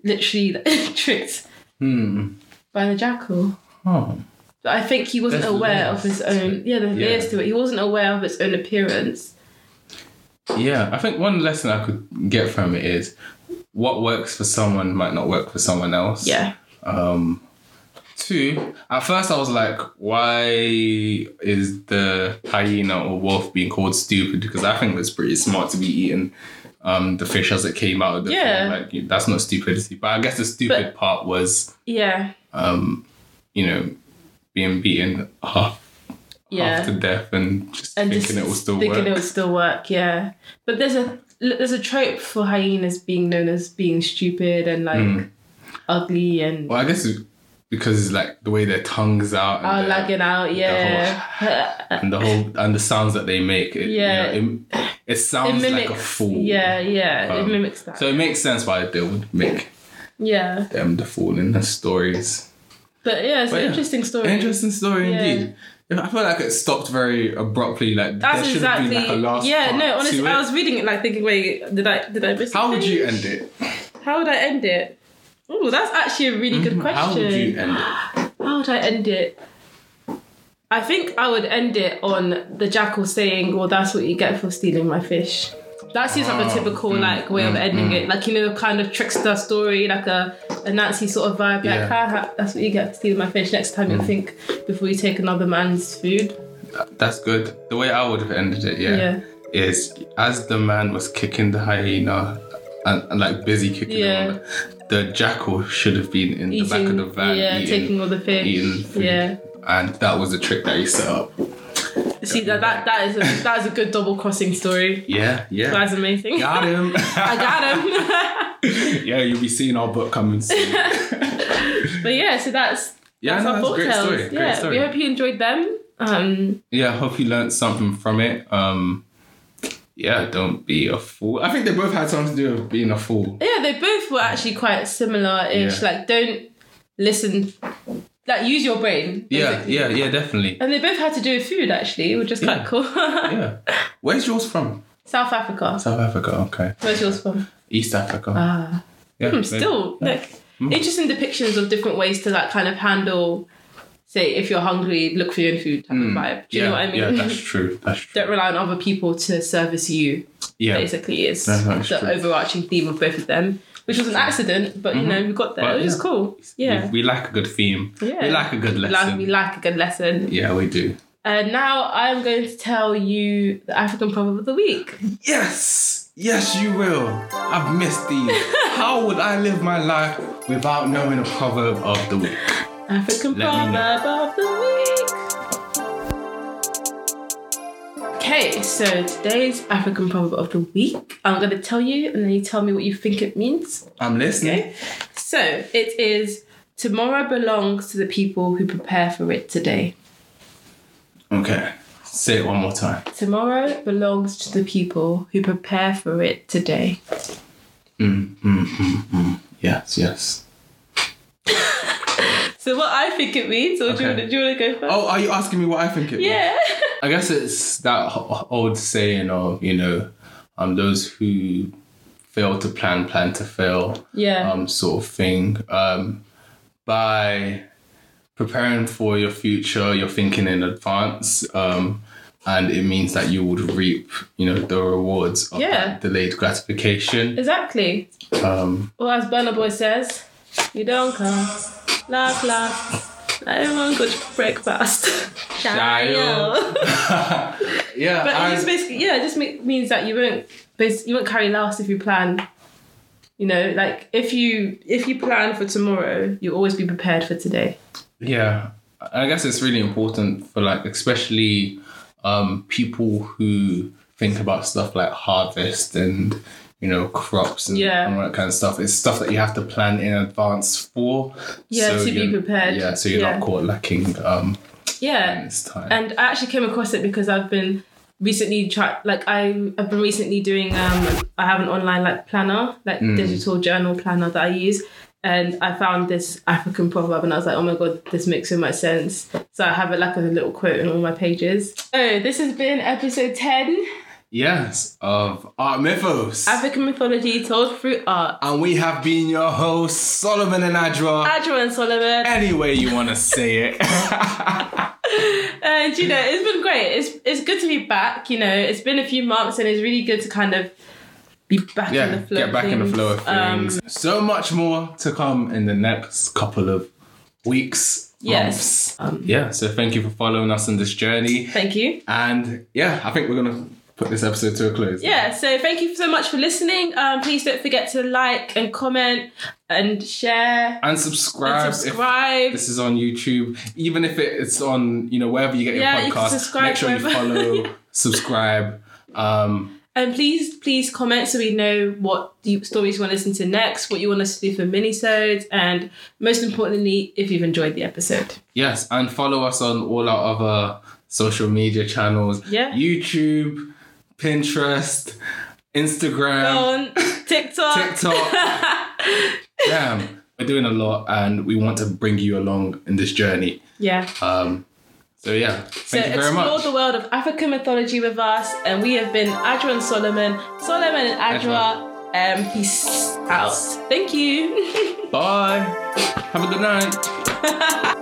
[SPEAKER 1] literally tricked
[SPEAKER 2] hmm,
[SPEAKER 1] by the jackal.
[SPEAKER 2] oh,
[SPEAKER 1] But I think he wasn't
[SPEAKER 2] There's
[SPEAKER 1] aware
[SPEAKER 2] layers
[SPEAKER 1] of his own yeah, there's
[SPEAKER 2] Yeah.
[SPEAKER 1] layers to it. He wasn't aware of his own appearance.
[SPEAKER 2] yeah. I think one lesson I could get from it is what works for someone might not work for someone else.
[SPEAKER 1] Yeah.
[SPEAKER 2] Two, at first I was like, why is the hyena or wolf being called stupid? Because I think it's pretty smart to be eating um, the fish as it came out of the
[SPEAKER 1] Yeah.
[SPEAKER 2] thing. Like that's not stupidity. But I guess the stupid part was,
[SPEAKER 1] Yeah.
[SPEAKER 2] you know, being beaten half,
[SPEAKER 1] Yeah.
[SPEAKER 2] half to death and just
[SPEAKER 1] and
[SPEAKER 2] thinking
[SPEAKER 1] just
[SPEAKER 2] it will still
[SPEAKER 1] thinking
[SPEAKER 2] work.
[SPEAKER 1] it will still work. Yeah, but there's a there's a trope for hyenas being known as being stupid and like ugly and
[SPEAKER 2] Hmm. well, I guess it's because it's like the way their tongues out and,
[SPEAKER 1] are
[SPEAKER 2] their-
[SPEAKER 1] lagging out. Yeah,
[SPEAKER 2] oh, and the whole and the sounds that they make. It, you
[SPEAKER 1] Yeah.
[SPEAKER 2] know, it, it
[SPEAKER 1] it
[SPEAKER 2] sounds
[SPEAKER 1] mimics.
[SPEAKER 2] like a fool.
[SPEAKER 1] Yeah, yeah,
[SPEAKER 2] Um,
[SPEAKER 1] it mimics that.
[SPEAKER 2] So it makes sense why they would make
[SPEAKER 1] yeah,
[SPEAKER 2] them the fool in the stories.
[SPEAKER 1] but yeah, it's
[SPEAKER 2] But
[SPEAKER 1] an
[SPEAKER 2] yeah.
[SPEAKER 1] interesting story.
[SPEAKER 2] Interesting story
[SPEAKER 1] Yeah.
[SPEAKER 2] indeed. I feel like it stopped very abruptly. Like
[SPEAKER 1] That's
[SPEAKER 2] there should
[SPEAKER 1] exactly.
[SPEAKER 2] have been like a last
[SPEAKER 1] yeah,
[SPEAKER 2] part
[SPEAKER 1] no,
[SPEAKER 2] to
[SPEAKER 1] honestly,
[SPEAKER 2] it.
[SPEAKER 1] I was reading it like thinking, wait, did I did I miss?
[SPEAKER 2] How would you
[SPEAKER 1] something?
[SPEAKER 2] end it?
[SPEAKER 1] How would I end it? Oh, that's actually a really good question.
[SPEAKER 2] Mm-hmm. How would you end it?
[SPEAKER 1] How would I end it? I think I would end it on the jackal saying, "Well, that's what you get for stealing my fish." That seems like a
[SPEAKER 2] Oh,
[SPEAKER 1] typical
[SPEAKER 2] mm,
[SPEAKER 1] like way of
[SPEAKER 2] mm,
[SPEAKER 1] ending
[SPEAKER 2] mm.
[SPEAKER 1] it, like you know, kind of trickster story, like a, a Nancy sort of vibe. Like,
[SPEAKER 2] Yeah. Mm.
[SPEAKER 1] ha, ha, that's what you get for stealing my fish. Next time, you'll think before you take another man's food.
[SPEAKER 2] That's good. The way I would have ended it, yeah,
[SPEAKER 1] Yeah.
[SPEAKER 2] is as the man was kicking the hyena and, and like busy kicking
[SPEAKER 1] Yeah.
[SPEAKER 2] him, the jackal should have been in the back of the van
[SPEAKER 1] yeah,
[SPEAKER 2] eating,
[SPEAKER 1] taking all the fish.
[SPEAKER 2] eating food.
[SPEAKER 1] Yeah,
[SPEAKER 2] and that was a trick that he set up.
[SPEAKER 1] see that that that is a, that is a good double crossing story.
[SPEAKER 2] Yeah, yeah.
[SPEAKER 1] That's amazing.
[SPEAKER 2] Got him.
[SPEAKER 1] I got him.
[SPEAKER 2] yeah, you'll be seeing our book coming soon.
[SPEAKER 1] But yeah, so that's
[SPEAKER 2] Yeah,
[SPEAKER 1] that's
[SPEAKER 2] no,
[SPEAKER 1] our
[SPEAKER 2] that's a
[SPEAKER 1] folk
[SPEAKER 2] great
[SPEAKER 1] tales.
[SPEAKER 2] story,
[SPEAKER 1] Yeah,
[SPEAKER 2] great story.
[SPEAKER 1] we hope you enjoyed them. Um,
[SPEAKER 2] yeah, hope you learned something from it. Um, yeah, don't be a fool. I think they both had something to do with being a fool.
[SPEAKER 1] yeah, they both were actually quite similar ish.
[SPEAKER 2] Yeah.
[SPEAKER 1] Like, don't listen. Like, use your brain.
[SPEAKER 2] Yeah,
[SPEAKER 1] basically.
[SPEAKER 2] yeah, yeah, definitely.
[SPEAKER 1] And they both had to do with food actually, which is
[SPEAKER 2] Yeah.
[SPEAKER 1] quite cool.
[SPEAKER 2] Yeah. Where's yours from?
[SPEAKER 1] South Africa.
[SPEAKER 2] South Africa. Okay.
[SPEAKER 1] Where's yours from?
[SPEAKER 2] East Africa.
[SPEAKER 1] Ah,
[SPEAKER 2] yeah, Mm.
[SPEAKER 1] hmm,
[SPEAKER 2] maybe.
[SPEAKER 1] still like interesting depictions of different ways to like kind of handle. Say, if you're hungry, look for your own food type of vibe. Do you
[SPEAKER 2] Mm. yeah,
[SPEAKER 1] know what I mean?
[SPEAKER 2] yeah, that's true. That's true.
[SPEAKER 1] don't rely on other people to service you.
[SPEAKER 2] yeah.
[SPEAKER 1] basically is
[SPEAKER 2] That's not
[SPEAKER 1] the
[SPEAKER 2] true.
[SPEAKER 1] overarching theme of both of them, which was an accident, but you know we got there.
[SPEAKER 2] Mm-hmm. But,
[SPEAKER 1] it was
[SPEAKER 2] yeah.
[SPEAKER 1] cool. Yeah,
[SPEAKER 2] We, we like a good theme.
[SPEAKER 1] Yeah.
[SPEAKER 2] We like a good
[SPEAKER 1] we,
[SPEAKER 2] lesson.
[SPEAKER 1] like, we like a good lesson.
[SPEAKER 2] yeah, we do.
[SPEAKER 1] And now I'm going to tell you the African proverb of the week.
[SPEAKER 2] Yes, yes, you will. I've missed these. How would I live my life without knowing a proverb of the week?
[SPEAKER 1] African
[SPEAKER 2] Let me know.
[SPEAKER 1] proverb of the week. Okay, so today's African proverb of the week. I'm going to tell you, and then you tell me what you think it means.
[SPEAKER 2] I'm listening.
[SPEAKER 1] Okay. So it is tomorrow belongs to the people who prepare for it today.
[SPEAKER 2] Okay. Say it one more time.
[SPEAKER 1] Tomorrow belongs to the people who prepare for it today.
[SPEAKER 2] Mm, Yes, yes.
[SPEAKER 1] So what I think it means, or do,
[SPEAKER 2] Okay.
[SPEAKER 1] you wanna, do you want to go first?
[SPEAKER 2] Oh, are you asking me what I think it means?
[SPEAKER 1] Yeah.
[SPEAKER 2] I guess it's that h- old saying of, you know, um, those who fail to plan, plan to fail,
[SPEAKER 1] Yeah.
[SPEAKER 2] um, sort of thing. Um, by preparing for your future, you're thinking in advance. Um, and it means that you would reap, you know, the rewards of
[SPEAKER 1] Yeah.
[SPEAKER 2] that delayed gratification.
[SPEAKER 1] Exactly.
[SPEAKER 2] Um,
[SPEAKER 1] Or as Burna Boy says, you don't come. Laugh, laugh. Everyone got breakfast.
[SPEAKER 2] Child. yeah,
[SPEAKER 1] But it
[SPEAKER 2] and-
[SPEAKER 1] just basically, yeah, it just me- means that you won't, bas- you won't carry last if you plan. You know, like if you if you plan for tomorrow, you always be prepared for today.
[SPEAKER 2] yeah i guess it's really important for like especially um people who think about stuff like harvest and you know crops and,
[SPEAKER 1] Yeah.
[SPEAKER 2] and all that kind of stuff it's stuff that you have to plan in advance for
[SPEAKER 1] Yeah, to be
[SPEAKER 2] you're-
[SPEAKER 1] prepared.
[SPEAKER 2] yeah so you're
[SPEAKER 1] Yeah.
[SPEAKER 2] not caught lacking um
[SPEAKER 1] Yeah,
[SPEAKER 2] in this time
[SPEAKER 1] and I actually came across it because I've been recently try like I I've been recently doing um I have an online like planner like
[SPEAKER 2] Mm.
[SPEAKER 1] digital journal planner that I use and I found this African proverb and I was like oh my god this makes so much sense so I have it like as a little quote in all my pages so this has been episode ten
[SPEAKER 2] yes of art mythos
[SPEAKER 1] African mythology told through art
[SPEAKER 2] and we have been your hosts solomon and adra
[SPEAKER 1] Adra and Solomon
[SPEAKER 2] any way you want to say it
[SPEAKER 1] And you know, it's been great. It's it's good to be back. You know, it's been a few months, and it's really good to kind of be back in
[SPEAKER 2] yeah,
[SPEAKER 1] the flow.
[SPEAKER 2] get
[SPEAKER 1] of
[SPEAKER 2] back in the
[SPEAKER 1] things.
[SPEAKER 2] flow of
[SPEAKER 1] Um,
[SPEAKER 2] things. so much more to come in the next couple of weeks.
[SPEAKER 1] yes.
[SPEAKER 2] months.
[SPEAKER 1] Um,
[SPEAKER 2] Yeah. So thank you for following us on this journey.
[SPEAKER 1] thank you.
[SPEAKER 2] And yeah, I think we're gonna put this episode to a close.
[SPEAKER 1] Yeah. So thank you so much for listening. Um, please don't forget to like and comment and share
[SPEAKER 2] And subscribe.
[SPEAKER 1] and subscribe.
[SPEAKER 2] Uh, If this is on YouTube, even if it- it's on you know wherever you get
[SPEAKER 1] Yeah, you
[SPEAKER 2] your
[SPEAKER 1] can
[SPEAKER 2] podcast,
[SPEAKER 1] subscribe
[SPEAKER 2] make sure you
[SPEAKER 1] wherever.
[SPEAKER 2] follow, subscribe. Um,
[SPEAKER 1] and please, please comment so we know what you, stories you want to listen to next, what you want us to do for minisodes, and most importantly, if you've enjoyed the episode.
[SPEAKER 2] yes, and follow us on all our other social media channels.
[SPEAKER 1] Yeah.
[SPEAKER 2] YouTube, Pinterest, Instagram.
[SPEAKER 1] On
[SPEAKER 2] Um, TikTok. Damn, we're doing a lot, and we want to bring you along in this journey.
[SPEAKER 1] yeah.
[SPEAKER 2] Um, so yeah, thank
[SPEAKER 1] so
[SPEAKER 2] you very
[SPEAKER 1] explore
[SPEAKER 2] much.
[SPEAKER 1] the world of African mythology with us, and we have been Adra and Solomon, Solomon and Adra. Um, peace out. Thank you.
[SPEAKER 2] Bye. Have a good night.